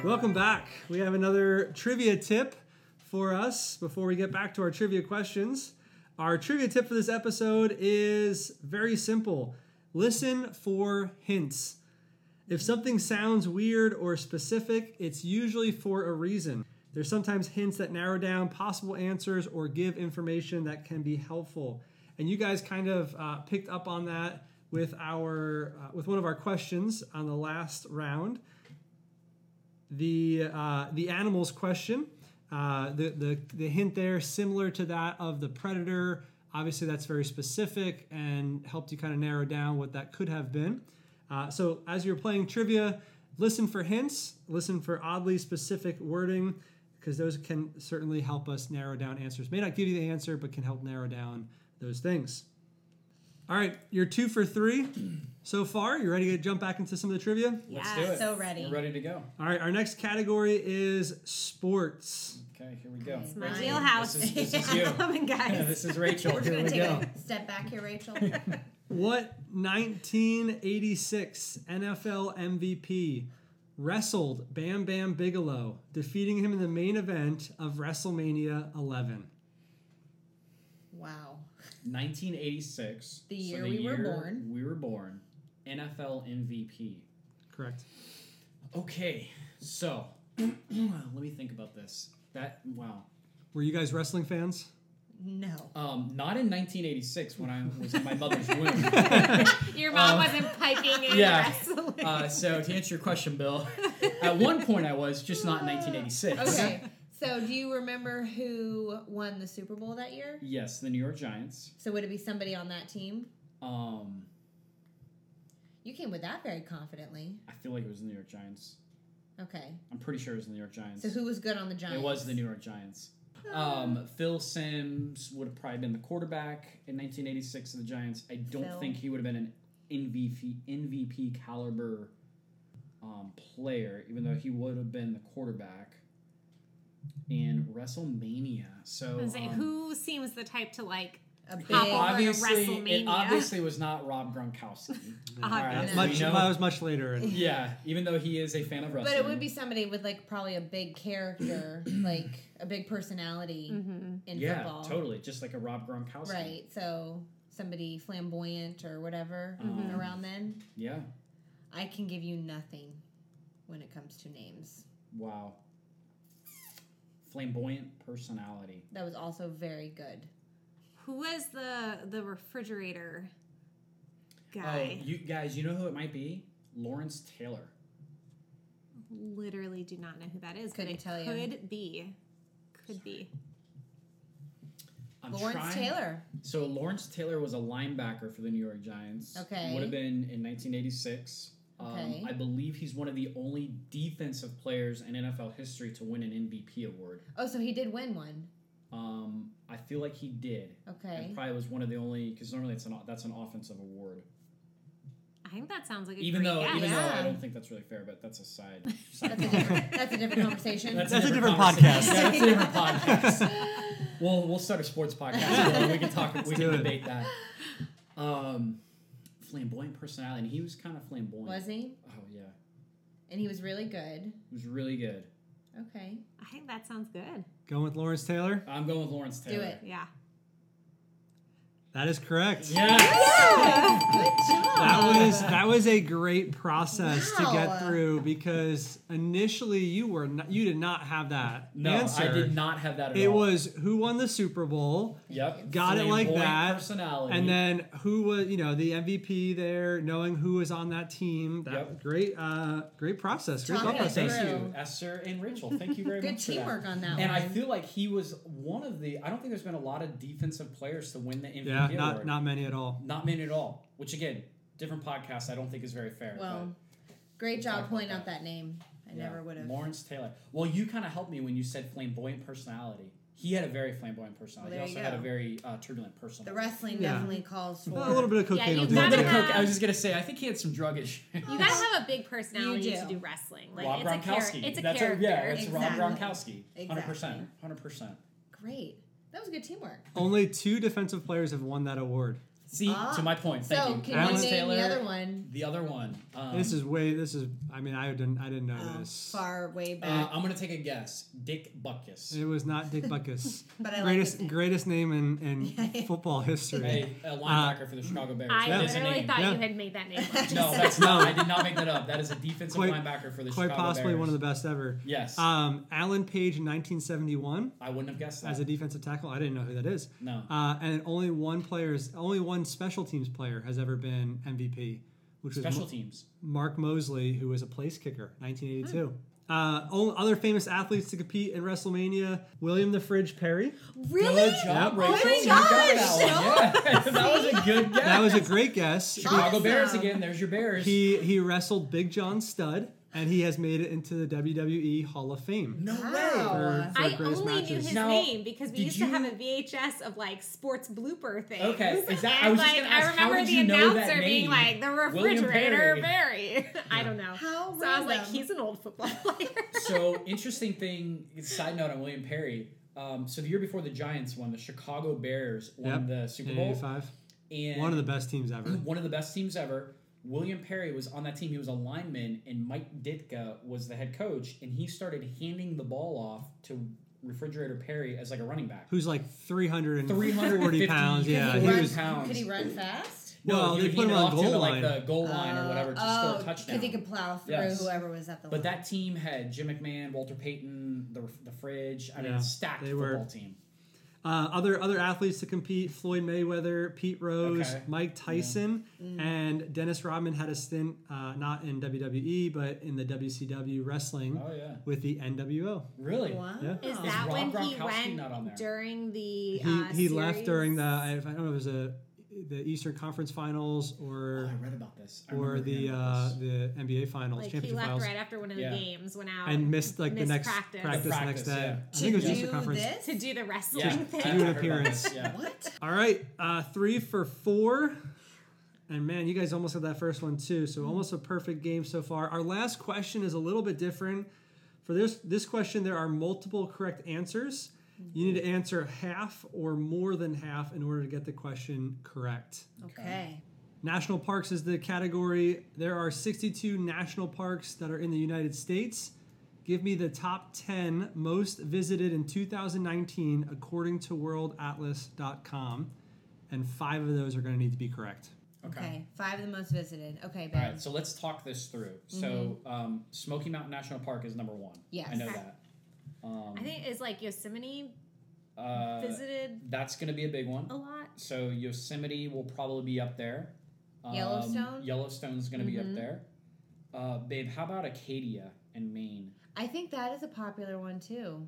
Speaker 1: Welcome back. We have another trivia tip for us before we get back to our trivia questions. Our trivia tip for this episode is very simple listen for hints. If something sounds weird or specific, it's usually for a reason. There's sometimes hints that narrow down possible answers or give information that can be helpful. And you guys kind of uh, picked up on that with our uh, with one of our questions on the last round the uh, the animals question. Uh, the, the the hint there similar to that of the predator. Obviously, that's very specific and helped you kind of narrow down what that could have been. Uh, so as you're playing trivia, listen for hints, listen for oddly specific wording, because those can certainly help us narrow down answers. May not give you the answer, but can help narrow down those things. All right, you're two for three so far. You ready to jump back into some of the trivia?
Speaker 3: Let's
Speaker 2: Yes.
Speaker 3: do it.
Speaker 4: So ready.
Speaker 3: We're ready to go.
Speaker 1: All right, our next category is sports.
Speaker 3: Okay, here we go.
Speaker 4: It's
Speaker 2: My
Speaker 4: Right.
Speaker 2: wheelhouse.
Speaker 3: This is, this is you.
Speaker 2: Come on, guys.
Speaker 3: Yeah, this is Rachel.
Speaker 2: We're
Speaker 3: Here
Speaker 2: gonna
Speaker 3: we
Speaker 2: take
Speaker 3: go.
Speaker 4: Step back here, Rachel.
Speaker 1: What 1986 NFL MVP wrestled Bam Bam Bigelow, defeating him in the main event of WrestleMania 11?
Speaker 4: wow.
Speaker 3: 1986.
Speaker 4: The
Speaker 3: so
Speaker 4: year we were born.
Speaker 3: We were born. NFL MVP.
Speaker 1: Correct.
Speaker 3: Okay, so let me think about this. That wow.
Speaker 1: Were you guys wrestling fans?
Speaker 4: No.
Speaker 3: Um, not in 1986 when I was in my mother's womb.
Speaker 2: Your mom
Speaker 3: Um,
Speaker 2: wasn't piping in
Speaker 3: yeah.
Speaker 2: wrestling.
Speaker 3: Uh, so to answer your question, Bill, at one point I was, just not in 1986.
Speaker 4: Okay. so do you remember who won the Super Bowl that year?
Speaker 3: Yes, the New York Giants.
Speaker 4: So would it be somebody on that team?
Speaker 3: Um,
Speaker 4: You came with that very confidently.
Speaker 3: I feel like it was the New York Giants.
Speaker 4: Okay.
Speaker 3: I'm pretty sure it was the New York Giants.
Speaker 4: So who was good on the Giants?
Speaker 3: It was the New York Giants. Um, Phil Sims would have probably been the quarterback in 1986 of the Giants. I don't
Speaker 4: Phil.
Speaker 3: think he would have been an MVP MVP caliber um, player, even though he would have been the quarterback in WrestleMania.
Speaker 2: I
Speaker 3: So
Speaker 2: was gonna say,
Speaker 3: um,
Speaker 2: who seems the type to like?
Speaker 4: a big.
Speaker 3: it obviously,
Speaker 2: WrestleMania.
Speaker 3: it obviously was not Rob Gronkowski. All right,
Speaker 2: Obviously.
Speaker 3: we
Speaker 1: Much,
Speaker 3: know-
Speaker 1: that was much later. And
Speaker 3: yeah, even though he is a fan of
Speaker 4: But
Speaker 3: wrestling,
Speaker 4: it would be somebody with like probably a big character, like a big personality in
Speaker 2: Mm-hmm.
Speaker 3: yeah,
Speaker 4: football.
Speaker 3: totally, just like a Rob Gronkowski.
Speaker 4: Right. So somebody flamboyant or whatever
Speaker 3: Mhm.
Speaker 4: around then.
Speaker 3: Yeah.
Speaker 4: I can give you nothing when it comes to names.
Speaker 3: Wow. Flamboyant personality.
Speaker 4: That was also very good.
Speaker 2: Who was the the refrigerator
Speaker 3: Oh,
Speaker 2: guy?
Speaker 4: Oh.
Speaker 3: you guys, you know who it might be? Lawrence Taylor.
Speaker 2: Literally, do not know who that is. but
Speaker 4: Couldn't
Speaker 2: it
Speaker 4: tell you.
Speaker 2: Could be, could be.
Speaker 3: I'm
Speaker 4: Lawrence
Speaker 3: trying-
Speaker 4: Taylor.
Speaker 3: So Lawrence Taylor was a linebacker for the New York Giants.
Speaker 4: Okay.
Speaker 3: Would have been in 1986.
Speaker 4: Okay.
Speaker 3: Um, I believe he's one of the only defensive players in NFL history to win an MVP award.
Speaker 4: Oh, so he did win one.
Speaker 3: Um, I feel like he did.
Speaker 4: Okay.
Speaker 3: And probably was one of the only because normally it's an o- that's an offensive award.
Speaker 2: I think that sounds like a
Speaker 3: Even
Speaker 2: great
Speaker 3: though
Speaker 2: guess.
Speaker 3: even though I
Speaker 4: Yeah.
Speaker 3: don't think that's really fair, but that's a side. side
Speaker 4: That's a
Speaker 3: comment.
Speaker 4: different, that's a different conversation.
Speaker 5: That's a different podcast.
Speaker 3: conversation. Yeah, that's a different podcast. We'll we'll start a sports podcast. Bro. We can talk. we
Speaker 1: do
Speaker 3: can
Speaker 1: it.
Speaker 3: debate that. Um, flamboyant personality. And he was kind of flamboyant.
Speaker 4: was he?
Speaker 3: Oh yeah,
Speaker 4: And he was really good.
Speaker 3: he was really good.
Speaker 4: Okay.
Speaker 2: I think that sounds good.
Speaker 1: Going with Lawrence Taylor.
Speaker 3: I'm going with Lawrence
Speaker 4: Do
Speaker 3: Taylor.
Speaker 4: it.
Speaker 2: Yeah.
Speaker 1: That is correct. That was
Speaker 3: Yes.
Speaker 1: that was a great process to
Speaker 4: Wow.
Speaker 1: get through because initially you were not, you did not have that
Speaker 3: No,
Speaker 1: answer.
Speaker 3: I did not have that at
Speaker 1: It
Speaker 3: all.
Speaker 1: was who won the Super Bowl,
Speaker 3: Yep.
Speaker 1: Got it like
Speaker 3: Flamboyant
Speaker 1: that,
Speaker 3: Personality.
Speaker 1: and then who was you know the MVP there, knowing who was on that team. That
Speaker 3: Yep.
Speaker 1: great, uh, great process, great
Speaker 4: Talk
Speaker 1: thought
Speaker 4: it
Speaker 1: process.
Speaker 3: Thank
Speaker 4: through.
Speaker 3: you, Esther and Rachel. Thank you very
Speaker 4: Good
Speaker 3: much. for that.
Speaker 4: teamwork on that
Speaker 3: And
Speaker 4: one.
Speaker 3: I feel like he was one of the. I don't think there's been a lot of defensive players to win the MVP
Speaker 1: Yeah,
Speaker 3: award.
Speaker 1: not not many at all.
Speaker 3: Not many at all. Which again, different podcast. I don't think is very fair.
Speaker 4: well, great job pointing out that name. I
Speaker 3: but, yeah.
Speaker 4: never would have.
Speaker 3: Lawrence Taylor. Well, you kind of helped me when you said flamboyant personality. He had a very flamboyant personality.
Speaker 4: Well,
Speaker 3: he
Speaker 4: there you
Speaker 3: also had a
Speaker 4: go.
Speaker 3: very uh, turbulent personality.
Speaker 4: The wrestling
Speaker 1: Yeah.
Speaker 4: definitely calls for
Speaker 1: Well, a little bit of
Speaker 2: Yeah,
Speaker 1: cocaine
Speaker 2: you
Speaker 1: will do
Speaker 3: A
Speaker 2: gotta
Speaker 1: it.
Speaker 3: little bit
Speaker 1: too.
Speaker 3: of
Speaker 2: have-
Speaker 3: coke. I was just gonna say. I think he had some drug issues.
Speaker 2: You gotta have a big personality
Speaker 4: You
Speaker 2: to
Speaker 4: do.
Speaker 2: do wrestling. Like
Speaker 3: Rob
Speaker 2: it's a character.
Speaker 3: Gronkowski.
Speaker 2: It's a
Speaker 3: That's
Speaker 2: character.
Speaker 3: yeah, it's Rob
Speaker 4: Exactly.
Speaker 3: Gronkowski. Hundred percent. Hundred percent.
Speaker 4: Great. That was good teamwork.
Speaker 1: Only two defensive players have won that award.
Speaker 3: See
Speaker 4: Ah.
Speaker 3: to my point. Thank
Speaker 4: so
Speaker 3: you.
Speaker 4: can
Speaker 1: Alan
Speaker 4: you name
Speaker 3: Taylor,
Speaker 4: the other one?
Speaker 3: The other one. Um,
Speaker 1: This is way. This is. I mean, I didn't. I didn't know
Speaker 4: Oh,
Speaker 1: this.
Speaker 4: far way
Speaker 3: Uh,
Speaker 4: back.
Speaker 3: I'm gonna take a guess. Dick Buckus.
Speaker 1: It was not Dick Buckus.
Speaker 4: but I like
Speaker 1: greatest
Speaker 4: his name.
Speaker 1: greatest name in, in
Speaker 4: Yeah.
Speaker 1: football history.
Speaker 3: A,
Speaker 1: Uh,
Speaker 3: a linebacker for the Chicago Bears.
Speaker 2: I
Speaker 3: That is a
Speaker 2: literally
Speaker 3: name.
Speaker 2: thought
Speaker 1: Yeah.
Speaker 2: you had made that name. up.
Speaker 3: No, that's not. I did not make that up. That is a defensive
Speaker 1: Quite-
Speaker 3: linebacker for the
Speaker 1: Quite
Speaker 3: Chicago
Speaker 1: possibly
Speaker 3: Bears.
Speaker 1: one of the best ever.
Speaker 3: Yes,
Speaker 1: Um, Alan Page in 1971
Speaker 3: I wouldn't have guessed that.
Speaker 1: as a defensive tackle. I didn't know who that is.
Speaker 3: no,
Speaker 1: Uh, and only one player's only one special teams player has ever been MVP, which was
Speaker 3: special
Speaker 1: Mo-
Speaker 3: teams.
Speaker 1: Mark Mosley, who was a place kicker, 1982.
Speaker 4: Hmm.
Speaker 1: Uh, o- other famous athletes to compete in WrestleMania: William the Fridge Perry.
Speaker 4: really?
Speaker 3: Good job,
Speaker 1: Yep.
Speaker 3: Rachel.
Speaker 4: Oh my
Speaker 3: you got
Speaker 4: gosh,
Speaker 3: that one. Yeah. that was a
Speaker 4: Oh,
Speaker 3: good guess.
Speaker 1: That was a great guess.
Speaker 3: Chicago
Speaker 4: Awesome.
Speaker 3: Bears again. There's your Bears.
Speaker 1: He he wrestled Big John Studd, and he has made it into the WWE Hall of Fame.
Speaker 3: no
Speaker 4: Wow.
Speaker 3: way.
Speaker 1: For, for
Speaker 2: I
Speaker 1: greatest
Speaker 2: only knew
Speaker 1: matches.
Speaker 2: his
Speaker 3: Now,
Speaker 2: name because we
Speaker 3: did
Speaker 2: used
Speaker 3: you-
Speaker 2: to have a VHS of like sports blooper things.
Speaker 3: Okay, is that- I
Speaker 2: And,
Speaker 3: was just
Speaker 2: like
Speaker 3: gonna ask,
Speaker 2: I
Speaker 3: how
Speaker 2: remember
Speaker 3: did
Speaker 2: the
Speaker 3: you know that
Speaker 2: announcer being
Speaker 3: name?
Speaker 2: like the
Speaker 3: William
Speaker 2: refrigerator
Speaker 3: Perry."
Speaker 2: Barry. I don't know.
Speaker 4: How
Speaker 2: so I was like,
Speaker 4: random.
Speaker 2: he's an old football player.
Speaker 3: so interesting thing. Side note on William Perry. Um, so the year before the Giants won, the Chicago Bears
Speaker 1: Yep.
Speaker 3: won the Super
Speaker 1: In
Speaker 3: Bowl.
Speaker 1: 85.
Speaker 3: And
Speaker 1: One of the best teams ever.
Speaker 3: one of the best teams ever. William Perry was on that team. He was a lineman, and Mike Ditka was the head coach, and he started handing the ball off to Refrigerator Perry as like a running back.
Speaker 1: Who's like 340
Speaker 3: 350
Speaker 1: pounds. Yeah,
Speaker 3: Uh,
Speaker 4: Could
Speaker 1: he
Speaker 4: he, run,
Speaker 1: was.
Speaker 3: pounds.
Speaker 4: could he run fast?
Speaker 1: Well,
Speaker 3: he
Speaker 1: they
Speaker 3: would
Speaker 1: put
Speaker 3: hand
Speaker 1: him
Speaker 3: it
Speaker 1: on
Speaker 3: off
Speaker 1: goal
Speaker 3: to like
Speaker 1: line.
Speaker 3: the goal line or whatever to score a touchdown.
Speaker 4: Because he Oh, could plow through
Speaker 3: Yes.
Speaker 4: whoever was at the
Speaker 3: but
Speaker 4: line.
Speaker 3: that team had Jim McMahon, Walter Payton, the the fridge. I mean,
Speaker 1: Yeah,
Speaker 3: stacked
Speaker 1: they were-
Speaker 3: football team.
Speaker 1: Uh, other other athletes to compete: Floyd Mayweather, Pete Rose,
Speaker 3: Okay.
Speaker 1: Mike Tyson,
Speaker 2: Mm.
Speaker 1: and Dennis Rodman had a stint uh, not in WWE but in the WCW wrestling
Speaker 3: Oh yeah,
Speaker 1: with the NWO.
Speaker 3: really?
Speaker 4: wow.
Speaker 1: Yeah.
Speaker 2: Is
Speaker 3: Is
Speaker 2: that
Speaker 3: Rob
Speaker 2: when he
Speaker 3: Gronkowski
Speaker 2: went
Speaker 3: not on there?
Speaker 2: during the?
Speaker 1: He
Speaker 2: uh,
Speaker 1: he left
Speaker 2: series?
Speaker 1: during the I, I don't know if it was a the Eastern Conference Finals
Speaker 3: Oh,
Speaker 1: or
Speaker 3: I read about this. I
Speaker 1: or
Speaker 3: remember
Speaker 1: the
Speaker 3: hearing
Speaker 1: uh,
Speaker 3: about this.
Speaker 1: the NBA Finals,
Speaker 2: Like he
Speaker 1: championship
Speaker 2: left
Speaker 1: finals,
Speaker 2: right after one of the
Speaker 3: Yeah.
Speaker 2: games, went out
Speaker 1: and missed like the
Speaker 2: missed
Speaker 1: next
Speaker 2: practice.
Speaker 1: practice,
Speaker 3: The
Speaker 1: the next
Speaker 3: practice,
Speaker 1: day.
Speaker 3: yeah.
Speaker 1: I think it was
Speaker 4: to
Speaker 1: Eastern
Speaker 4: do
Speaker 1: Conference.
Speaker 4: this?
Speaker 2: to do the wrestling
Speaker 3: yeah,
Speaker 2: thing.
Speaker 3: I
Speaker 1: do an
Speaker 3: heard about
Speaker 1: appearance.
Speaker 3: this, Yeah.
Speaker 4: What?
Speaker 1: All right, uh, three for four. And man, you guys almost had that first one too.
Speaker 2: Mm-hmm.
Speaker 1: So almost a perfect game so far. Our last question is a little bit different. For this this question, there are multiple correct answers. You
Speaker 2: Mm-hmm.
Speaker 1: need to answer half or more than half in order to get the question correct.
Speaker 4: Okay.
Speaker 1: National parks is the category. There are 62 national parks that are in the United States. Give me the top 10 most visited in 2019 according to worldatlas.com. and five of those are going to need to be correct.
Speaker 4: Okay. Five of the most visited. Okay,
Speaker 3: All
Speaker 4: Ben.
Speaker 3: right, so let's talk this through. So, um, Smoky Mountain National Park is number one.
Speaker 4: Mm-hmm. Yes.
Speaker 3: I know
Speaker 4: Okay.
Speaker 3: that. Um,
Speaker 2: I think it's like Yosemite
Speaker 3: uh,
Speaker 2: visited
Speaker 3: that's going to be a big one.
Speaker 2: a lot.
Speaker 3: So Yosemite will probably be up there. Um,
Speaker 4: Yellowstone? Mm-hmm.
Speaker 3: Yellowstone's going to be
Speaker 2: Mhm.
Speaker 3: up there. Uh, babe, how about Acadia in Maine?
Speaker 4: I think that is a popular one too.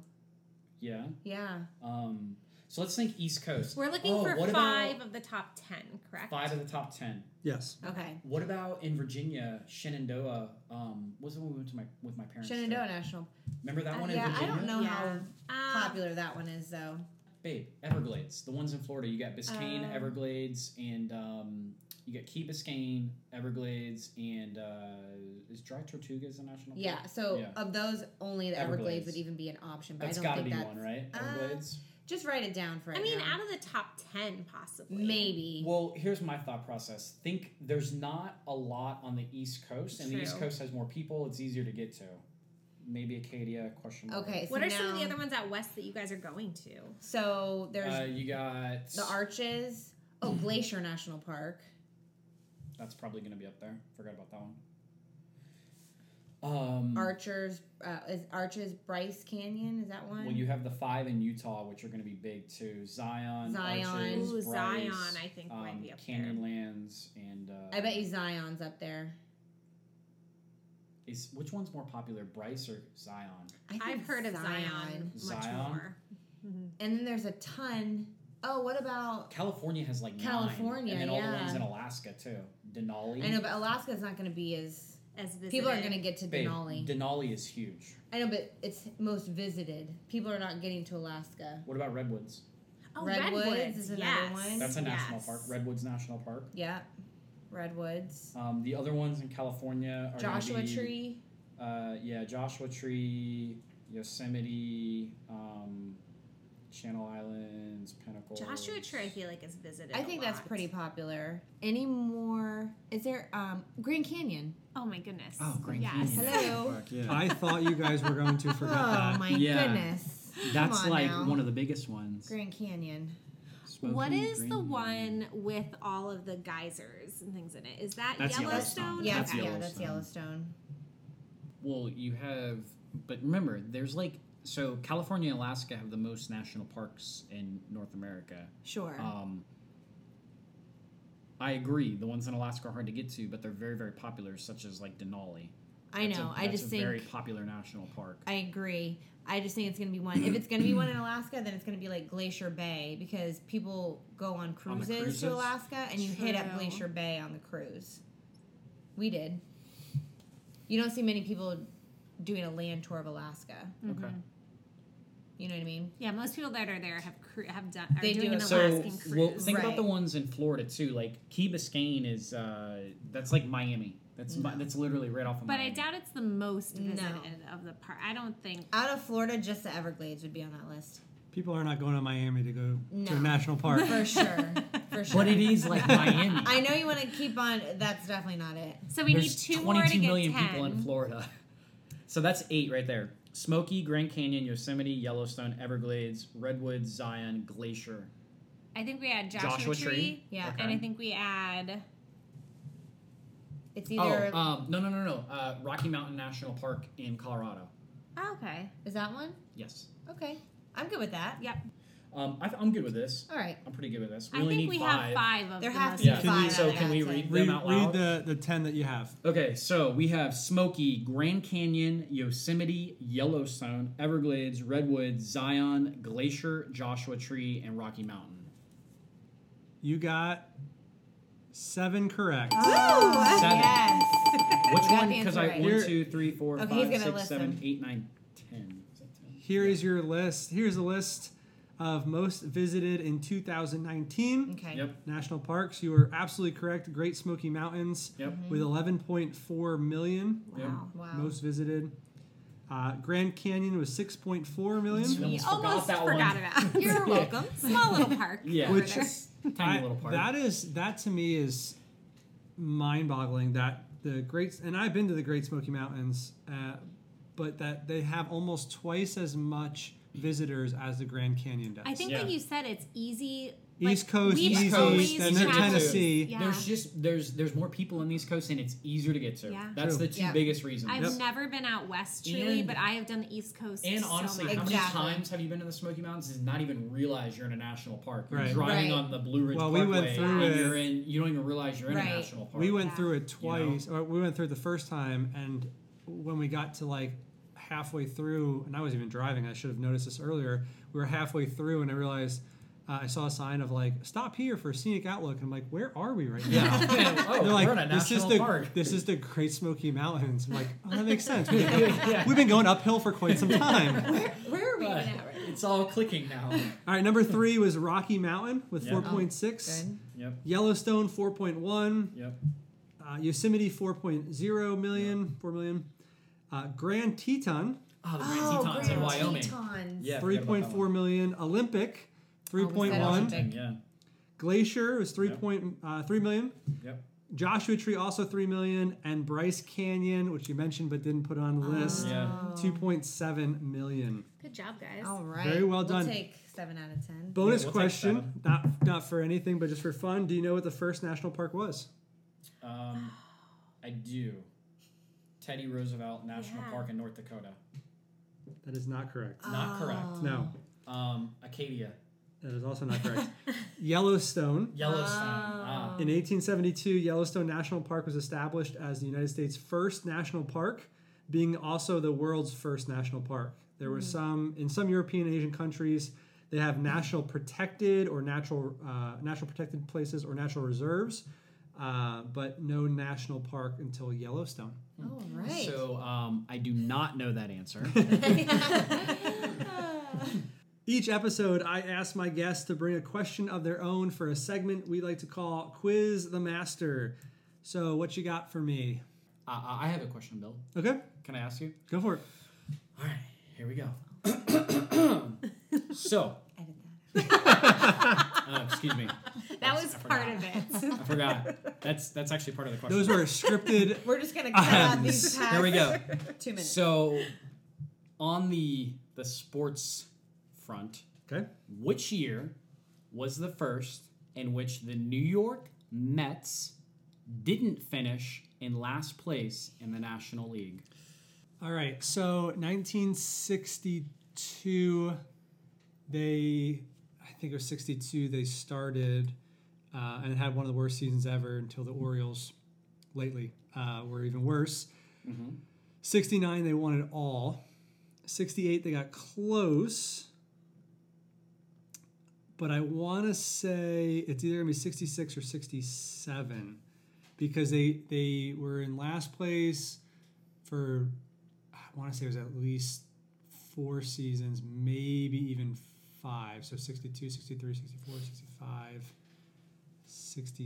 Speaker 3: Yeah.
Speaker 4: Yeah.
Speaker 3: Um, so let's think East Coast.
Speaker 2: We're looking
Speaker 3: Oh,
Speaker 2: for
Speaker 3: what
Speaker 2: five
Speaker 3: About
Speaker 2: of the top ten, correct?
Speaker 3: five of the top ten.
Speaker 1: Yes.
Speaker 4: Okay.
Speaker 3: What about in Virginia, Shenandoah? Um, what was the one we went to my with my parents? to?
Speaker 4: Shenandoah National.
Speaker 3: Remember that
Speaker 2: Uh,
Speaker 3: one
Speaker 4: yeah,
Speaker 3: in
Speaker 4: I
Speaker 3: Virginia?
Speaker 4: don't know
Speaker 2: Yeah.
Speaker 4: how
Speaker 2: Um,
Speaker 4: popular that one is though.
Speaker 3: Babe, Everglades. The ones in Florida. You got Biscayne,
Speaker 2: Um,
Speaker 3: Everglades, and um, you got Key Biscayne, Everglades, and uh, is Dry Tortugas a national? park?
Speaker 4: Yeah. So
Speaker 3: Yeah.
Speaker 4: of those, only the Everglades,
Speaker 3: Everglades.
Speaker 4: would even be an option. But
Speaker 3: That's
Speaker 4: I don't
Speaker 3: got to
Speaker 4: think
Speaker 3: be
Speaker 4: that's
Speaker 3: one, right?
Speaker 4: uh,
Speaker 3: Everglades.
Speaker 4: Just write it down for.
Speaker 2: I mean,
Speaker 4: now.
Speaker 2: out of the top ten, possibly.
Speaker 4: maybe.
Speaker 3: Well, here's my thought process. Think there's not a lot on the East Coast, and the East
Speaker 2: True.
Speaker 3: Coast has more people. It's easier to get to. Maybe Acadia? Question mark.
Speaker 4: Okay. So
Speaker 2: What are some of the
Speaker 4: now-
Speaker 2: other ones out west that you guys are going to?
Speaker 4: So there's
Speaker 3: Uh, you got
Speaker 4: the Arches. Oh, Glacier National Park.
Speaker 3: Mm-hmm. That's probably going to be up there. Forgot about that one. Um,
Speaker 4: Archers. Uh, is Arches Bryce Canyon? Is that one?
Speaker 3: Well, you have the five in Utah, which are going to be big too. Zion,
Speaker 4: Zion.
Speaker 3: Arches,
Speaker 2: Ooh,
Speaker 3: Bryce,
Speaker 2: Zion, I think, might
Speaker 3: um,
Speaker 2: be up there.
Speaker 3: Canyonlands, and uh,
Speaker 4: I bet you Zion's up there.
Speaker 3: Is which one's more popular, Bryce or Zion?
Speaker 4: I
Speaker 2: I've
Speaker 4: think
Speaker 2: heard of Zion much
Speaker 3: Zion?
Speaker 2: more.
Speaker 4: And then there's a ton. Oh, what about?
Speaker 3: California has like nine,
Speaker 4: California,
Speaker 3: and then all the
Speaker 4: yeah.
Speaker 3: ones in Alaska too. Denali.
Speaker 4: I know, but Alaska's not going to be as.
Speaker 2: As visited.
Speaker 4: People aren't going to get to
Speaker 3: Babe,
Speaker 4: Denali.
Speaker 3: Denali is huge.
Speaker 4: I know, but it's most visited. People are not getting to Alaska.
Speaker 3: What about Redwoods?
Speaker 2: Oh,
Speaker 4: Redwoods is another
Speaker 2: yes.
Speaker 4: one.
Speaker 3: That's a national
Speaker 2: yes.
Speaker 3: park. Redwoods National Park.
Speaker 4: Yeah. Redwoods.
Speaker 3: Um, the other ones in California are gonna
Speaker 4: Joshua
Speaker 3: be,
Speaker 4: Tree.
Speaker 3: Uh, yeah, Joshua Tree, Yosemite, um, Channel Islands, Pinnacle.
Speaker 2: Joshua Tree, I feel like is visited.
Speaker 4: I
Speaker 2: a
Speaker 4: think that's
Speaker 2: lot.
Speaker 4: pretty popular. Any more? Is there um Grand Canyon?
Speaker 2: Oh my goodness.
Speaker 3: Oh, Grand
Speaker 2: yes.
Speaker 3: Canyon.
Speaker 4: Hello.
Speaker 3: Yeah,
Speaker 1: I thought you guys were going to forget
Speaker 4: Oh
Speaker 1: that.
Speaker 4: my
Speaker 3: Yeah.
Speaker 4: goodness.
Speaker 3: that's
Speaker 4: Come on
Speaker 3: like
Speaker 4: now.
Speaker 3: one of the biggest ones.
Speaker 4: Grand Canyon.
Speaker 2: What is the one with all of the geysers and things in it? Is that
Speaker 3: That's
Speaker 2: Yellowstone?
Speaker 3: Yellowstone.
Speaker 4: Yeah,
Speaker 3: That's
Speaker 4: yeah,
Speaker 2: okay.
Speaker 4: that's Yellowstone.
Speaker 3: Well, you have, but remember, there's like so California and Alaska have the most national parks in North America.
Speaker 4: Sure.
Speaker 3: Um, I agree. The ones in Alaska are hard to get to, but they're very, very popular, such as like Denali.
Speaker 4: I
Speaker 3: That's a-
Speaker 4: know. I
Speaker 3: that's
Speaker 4: just
Speaker 3: a
Speaker 4: think
Speaker 3: very popular national park.
Speaker 4: I agree. I just think it's gonna be one. If it's gonna be one in Alaska, then it's gonna be like Glacier Bay because people go on
Speaker 3: On the
Speaker 4: cruises, to Alaska and you hit up
Speaker 2: True.
Speaker 4: Glacier Bay on the cruise. We did. You don't see many people doing a land tour of Alaska.
Speaker 3: Okay.
Speaker 4: You know what I mean?
Speaker 2: Yeah, most people that are there have cru- have done are
Speaker 4: They do
Speaker 2: doing an
Speaker 4: it.
Speaker 3: So,
Speaker 2: Alaskan
Speaker 3: well,
Speaker 2: cruise.
Speaker 3: think about
Speaker 4: Right.
Speaker 3: the ones in Florida too. Like Key Biscayne is uh, that's like Miami. That's
Speaker 4: Mm-hmm.
Speaker 3: mi- that's literally right off of
Speaker 2: but I
Speaker 3: Miami.
Speaker 2: doubt it's the most
Speaker 4: No.
Speaker 2: visited of the park. I don't think.
Speaker 4: Out of Florida, just the Everglades would be on that list.
Speaker 1: People are not going to Miami to go to
Speaker 4: No.
Speaker 1: a national park.
Speaker 4: For sure. For sure.
Speaker 3: But it is like Miami.
Speaker 4: I know you want to keep on. That's definitely not it.
Speaker 2: So we
Speaker 3: There's
Speaker 2: need two
Speaker 3: 22
Speaker 2: more to get
Speaker 3: million
Speaker 2: ten.
Speaker 3: people in Florida. So that's eight right there. Smoky, Grand Canyon, Yosemite, Yellowstone, Everglades, Redwoods, Zion, Glacier,
Speaker 2: I think we add Joshua,
Speaker 3: Joshua
Speaker 2: Tree,
Speaker 3: Tree.
Speaker 4: Yeah.
Speaker 3: Okay.
Speaker 2: and I think we add.
Speaker 4: It's either.
Speaker 3: Oh, um, no, no, no, no. Uh, Rocky Mountain National Park in Colorado.
Speaker 2: Oh, okay.
Speaker 4: is that one?
Speaker 3: Yes.
Speaker 4: Okay. I'm good with that.
Speaker 2: Yep.
Speaker 3: Um, I th- I'm good with this.
Speaker 4: All right.
Speaker 3: I'm pretty good with this.
Speaker 2: I
Speaker 3: We only
Speaker 2: think we
Speaker 3: need five.
Speaker 2: have five of
Speaker 4: There
Speaker 2: the
Speaker 4: have
Speaker 2: most
Speaker 4: to be
Speaker 1: Yeah.
Speaker 2: visited.
Speaker 1: five
Speaker 3: So
Speaker 4: out
Speaker 3: can
Speaker 4: of
Speaker 3: we
Speaker 4: that
Speaker 3: read
Speaker 4: ten.
Speaker 3: them
Speaker 1: read
Speaker 3: out
Speaker 1: read
Speaker 3: loud?
Speaker 1: the, the 10 that you have.
Speaker 3: Okay, so we have Smoky, Grand Canyon, Yosemite, Yellowstone, Everglades, Redwoods, Zion, Glacier, Joshua Tree, and Rocky Mountain.
Speaker 1: You got seven correct.
Speaker 4: Oh,
Speaker 3: Seven.
Speaker 4: yes.
Speaker 3: Which
Speaker 4: got
Speaker 3: one?
Speaker 4: the
Speaker 3: Because
Speaker 4: answer
Speaker 3: I
Speaker 4: right.
Speaker 3: one,
Speaker 1: You're-
Speaker 3: two, three, four,
Speaker 4: Okay,
Speaker 3: five,
Speaker 4: he's gonna
Speaker 3: six,
Speaker 4: list
Speaker 3: seven,
Speaker 4: them.
Speaker 3: eight, nine, ten. Is that ten?
Speaker 1: Here is your list. Here's a list of most visited in 2019
Speaker 4: Okay.
Speaker 3: Yep.
Speaker 1: national parks. You were absolutely correct. Great Smoky Mountains
Speaker 3: Yep.
Speaker 1: with 11.4 million
Speaker 2: Wow.
Speaker 4: Wow.
Speaker 1: most visited. Uh, Grand Canyon was 6.4 million.
Speaker 3: Yep.
Speaker 2: We
Speaker 3: Almost forgot
Speaker 2: almost
Speaker 3: that
Speaker 2: forgot,
Speaker 3: one.
Speaker 2: about. You're welcome. Small little park.
Speaker 3: Yeah.
Speaker 2: over
Speaker 1: Which
Speaker 2: there.
Speaker 1: is-
Speaker 3: Tiny
Speaker 1: I-
Speaker 3: little part.
Speaker 1: That is that to me is mind-boggling. That the Great and I've been to the Great Smoky Mountains, uh, but that they have almost twice as much visitors as the Grand Canyon does.
Speaker 2: I think, like
Speaker 3: Yeah.
Speaker 2: you said, it's easy
Speaker 1: East Coast,
Speaker 2: we've
Speaker 1: Easy,
Speaker 3: always
Speaker 1: and then
Speaker 3: traveled-
Speaker 1: Tennessee.
Speaker 2: Yeah.
Speaker 3: There's just there's there's more people on the East Coast and it's easier to get to.
Speaker 2: Yeah.
Speaker 3: That's
Speaker 1: True.
Speaker 3: the two
Speaker 4: Yeah.
Speaker 3: biggest reasons.
Speaker 2: I've
Speaker 1: Yep.
Speaker 2: never been out west truly,
Speaker 3: And-
Speaker 2: but I have done the East Coast.
Speaker 3: And
Speaker 2: so
Speaker 3: honestly,
Speaker 2: much.
Speaker 3: how many
Speaker 4: Exactly.
Speaker 3: times have you been to the Smoky Mountains and not even realize you're in a national park? You're
Speaker 1: Right.
Speaker 3: driving
Speaker 4: Right.
Speaker 3: on the Blue Ridge
Speaker 1: Well, we
Speaker 3: Parkway
Speaker 1: went through
Speaker 3: and
Speaker 1: it-
Speaker 3: you're in you don't even realize you're in
Speaker 4: Right.
Speaker 3: a national park.
Speaker 1: We went
Speaker 2: Yeah.
Speaker 1: through it
Speaker 3: You know?
Speaker 1: twice, or we went through it the first time, and when we got to like halfway through, and I was even driving, I should have noticed this earlier. We were halfway through, and I realized uh, I saw a sign of like "Stop here for scenic outlook." And I'm like, "Where are we right now?"
Speaker 3: Yeah. oh,
Speaker 1: They're
Speaker 3: we're
Speaker 1: like,
Speaker 3: in a
Speaker 1: this is
Speaker 3: national
Speaker 1: the
Speaker 3: park.
Speaker 1: this is the Great Smoky Mountains. I'm like, oh, that makes sense. We've been,
Speaker 3: yeah.
Speaker 1: we've been going uphill for quite some time.
Speaker 4: Where are we
Speaker 3: But
Speaker 4: even at right now?
Speaker 3: it's all clicking now.
Speaker 1: All right, number three was Rocky Mountain with
Speaker 3: Yeah.
Speaker 1: four point
Speaker 3: Oh,
Speaker 1: six,
Speaker 4: Good.
Speaker 3: yep.
Speaker 1: Yellowstone four point one,
Speaker 3: Yep.
Speaker 1: uh, Yosemite 4.0 million, 4 million. Uh, Grand Teton
Speaker 3: Oh, the Grand Tetons in
Speaker 4: Grand
Speaker 3: Wyoming.
Speaker 4: Tetons.
Speaker 3: Yeah. I forgot about that
Speaker 1: 3.4 million. Olympic
Speaker 4: was that
Speaker 1: 3.1.
Speaker 4: Olympic?
Speaker 3: one. Yeah.
Speaker 1: Glacier was 3.
Speaker 3: Yep.
Speaker 1: Point, uh, 3 million.
Speaker 3: Yep.
Speaker 1: Joshua Tree also 3 million. And Bryce Canyon, which you mentioned but didn't put on the
Speaker 4: Oh,
Speaker 1: list,
Speaker 3: Yeah.
Speaker 1: 2.7 million.
Speaker 2: Good job, guys.
Speaker 4: All right.
Speaker 1: Very well done.
Speaker 4: We'll take seven out of ten.
Speaker 1: Bonus
Speaker 3: we'll take
Speaker 1: question,
Speaker 3: seven.
Speaker 1: not not for anything, but just for fun. Do you know what the first national park was?
Speaker 3: Um, I do. Teddy Roosevelt National
Speaker 2: Yeah.
Speaker 3: Park in North Dakota.
Speaker 1: That is not correct.
Speaker 3: Not correct.
Speaker 1: No,
Speaker 3: Um, Acadia.
Speaker 1: that is also not correct. Yellowstone.
Speaker 3: Yellowstone. Ah.
Speaker 1: In 1872, Yellowstone National Park was established as the United States' first national park, being also the world's first national park. There were some in some European and Asian countries they have national protected or natural uh, national protected places or natural reserves, uh, but no national park until Yellowstone.
Speaker 4: All right.
Speaker 3: Hmm. So um, I do not know that answer.
Speaker 1: Each episode, I ask my guests to bring a question of their own for a segment we like to call Quiz the Master. So, what you got for me?
Speaker 3: Uh, I have a question, Bill.
Speaker 1: Okay,
Speaker 3: Can I ask you?
Speaker 1: go for it.
Speaker 3: All right, here we go. so,
Speaker 4: Edit that.
Speaker 3: uh, excuse me,
Speaker 2: that was
Speaker 3: I
Speaker 2: part
Speaker 3: forgot.
Speaker 2: of it.
Speaker 3: I forgot. That's that's actually part of the question.
Speaker 1: Those were scripted
Speaker 4: We're just gonna cut out
Speaker 1: Items.
Speaker 4: these past
Speaker 3: Here Um, we go.
Speaker 4: two minutes.
Speaker 3: So, on the the sports front,
Speaker 1: Okay.
Speaker 3: which year was the first in which the New York Mets didn't finish in last place in the National League?
Speaker 1: All right. So 1962, they, I think it was 62, they started uh, and had one of the worst seasons ever until the Orioles lately uh, were even worse. 69, they won it all. 68, they got close. But I want to say it's either going to be 66 or 67 because they they were in last place for I want to say it was at least four seasons, maybe even five. So 62, 63, 64, 65,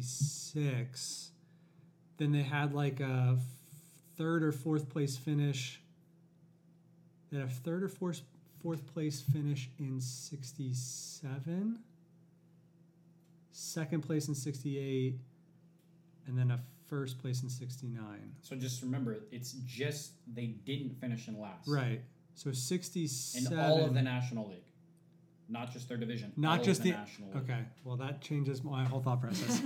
Speaker 1: 66. Then they had like a f- third or fourth place finish. They had a third or fourth fourth place finish in 67. Second place in 68 and then a first place in 69.
Speaker 3: So just remember, it's just they didn't finish in last.
Speaker 1: Right. So
Speaker 3: In
Speaker 1: 67.
Speaker 3: all of the National League, not just their division.
Speaker 1: Not
Speaker 3: all
Speaker 1: just
Speaker 3: of the,
Speaker 1: the-
Speaker 3: National League.
Speaker 1: Okay. Well, that changes my whole thought process.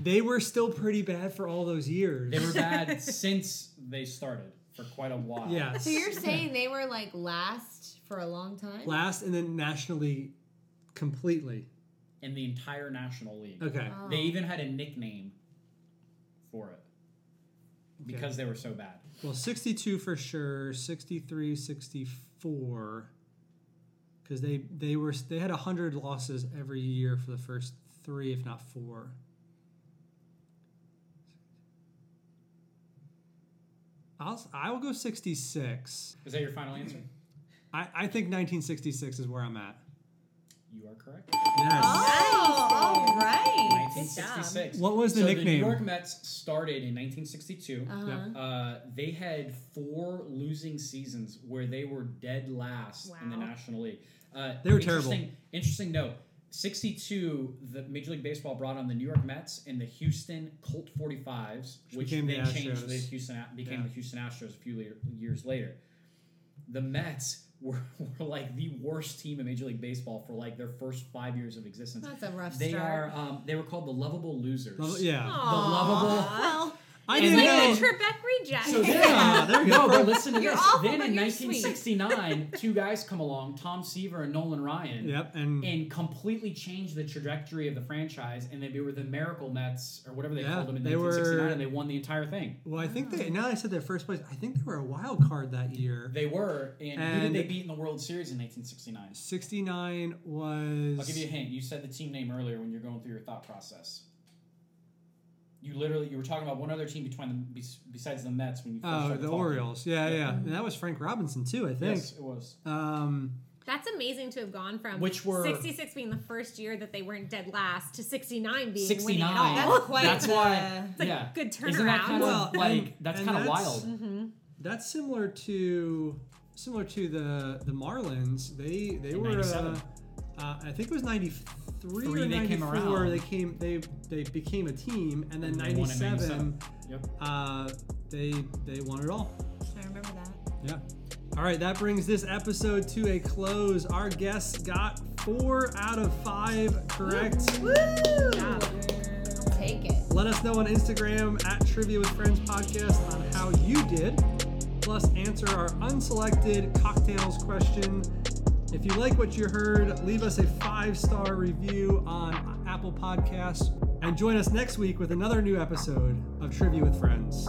Speaker 1: they were still pretty bad for all those years.
Speaker 3: They were bad since they started for quite a while.
Speaker 1: Yes.
Speaker 5: So you're saying they were like last for a long time?
Speaker 1: last and then nationally completely.
Speaker 3: In the entire National League.
Speaker 1: Okay.
Speaker 5: Oh.
Speaker 3: They even had a nickname for it because they were so bad.
Speaker 1: Well, 62 for sure, 63, 64 cuz they they were they had 100 losses every year for the first 3 if not 4. I'll I'll go 66.
Speaker 3: Is that your final answer?
Speaker 1: I, I think 1966 is where I'm at.
Speaker 3: You are correct.
Speaker 1: Yes.
Speaker 4: Oh, all right.
Speaker 3: 1966.
Speaker 1: What was the
Speaker 3: so The New
Speaker 1: nickname?
Speaker 3: York Mets started in 1962.
Speaker 5: Uh-huh.
Speaker 3: Uh, they had four losing seasons where they were dead last in the
Speaker 2: Wow.
Speaker 3: National League. Uh,
Speaker 1: They were
Speaker 3: interesting,
Speaker 1: terrible.
Speaker 3: Interesting note. 62, the Major League Baseball brought on the New York Mets and the Houston Colt 45s, which,
Speaker 1: became the
Speaker 3: then changed
Speaker 1: Astros.
Speaker 3: the Houston became
Speaker 1: Yeah.
Speaker 3: the Houston Astros a few later, years later.
Speaker 6: the Mets were, were like the worst team in Major League Baseball for like their first five years of existence.
Speaker 5: That's a rough
Speaker 6: They
Speaker 5: start.
Speaker 6: are. Um, they were called the lovable losers.
Speaker 1: Love- yeah.
Speaker 6: The lovable.
Speaker 2: Well,
Speaker 1: I
Speaker 6: Oh, And
Speaker 1: didn't
Speaker 6: then-
Speaker 1: know.
Speaker 2: the Trebek reject.
Speaker 6: So then,
Speaker 1: Yeah, Ah, there we
Speaker 3: no,
Speaker 1: go.
Speaker 3: but listen to
Speaker 5: You're
Speaker 3: this.
Speaker 5: awful,
Speaker 3: then
Speaker 5: but
Speaker 3: in
Speaker 5: you're sweet.
Speaker 3: 1969, two guys come along, Tom Seaver and Nolan Ryan,
Speaker 1: Yep, and
Speaker 3: and completely change the trajectory of the franchise. And they were the Miracle Mets or whatever they
Speaker 1: Yeah,
Speaker 3: called them in
Speaker 1: they were-
Speaker 3: 1969, and they won the entire thing.
Speaker 1: well, I think they now that I said their first place. I think they were a wild card that year.
Speaker 3: They were. And, who
Speaker 1: And-
Speaker 3: did they beat in the World Series in 1969?
Speaker 1: Sixty nine
Speaker 3: I'll give you a
Speaker 1: was.
Speaker 3: hint. You said the team name earlier when you're going through your thought process. You literally you were talking about one other team between the, bes- besides the Mets when you first
Speaker 1: Oh,
Speaker 3: started
Speaker 1: the
Speaker 3: talking.
Speaker 1: Orioles. Yeah, yeah. And that was Frank Robinson too, I think.
Speaker 3: Yes, it was.
Speaker 1: Um,
Speaker 2: That's amazing to have gone from
Speaker 3: Which were-
Speaker 2: 66 being the first year that they weren't dead last to 69 being winning
Speaker 3: 69.
Speaker 2: it all.
Speaker 4: That's quite
Speaker 3: That's
Speaker 4: the-
Speaker 3: why.
Speaker 2: like
Speaker 3: yeah.
Speaker 2: good
Speaker 3: Isn't that
Speaker 2: turnaround.
Speaker 3: kind of
Speaker 1: Well,
Speaker 3: like
Speaker 1: and-
Speaker 3: that's
Speaker 1: and
Speaker 3: kind of
Speaker 1: that's-
Speaker 3: wild?
Speaker 1: That's similar to similar to the the Marlins. They they were uh,
Speaker 3: 97.
Speaker 1: uh, I think it was 93
Speaker 3: Three,
Speaker 1: or
Speaker 3: they
Speaker 1: 94
Speaker 3: came around.
Speaker 1: they came they they became a team and then
Speaker 3: And they won in
Speaker 1: 97
Speaker 3: Yep.
Speaker 1: uh, they they won it all.
Speaker 4: I remember that.
Speaker 1: Yeah. All right, that brings this episode to a close. Our guests got 4 out of 5 correct.
Speaker 5: I'll take it.
Speaker 1: Let us know on Instagram at Trivia with Friends Podcast on how you did. Plus, answer our unselected cocktails question. If you like what you heard, leave us a five star review on Apple Podcasts and join us next week with another new episode of Trivia with Friends.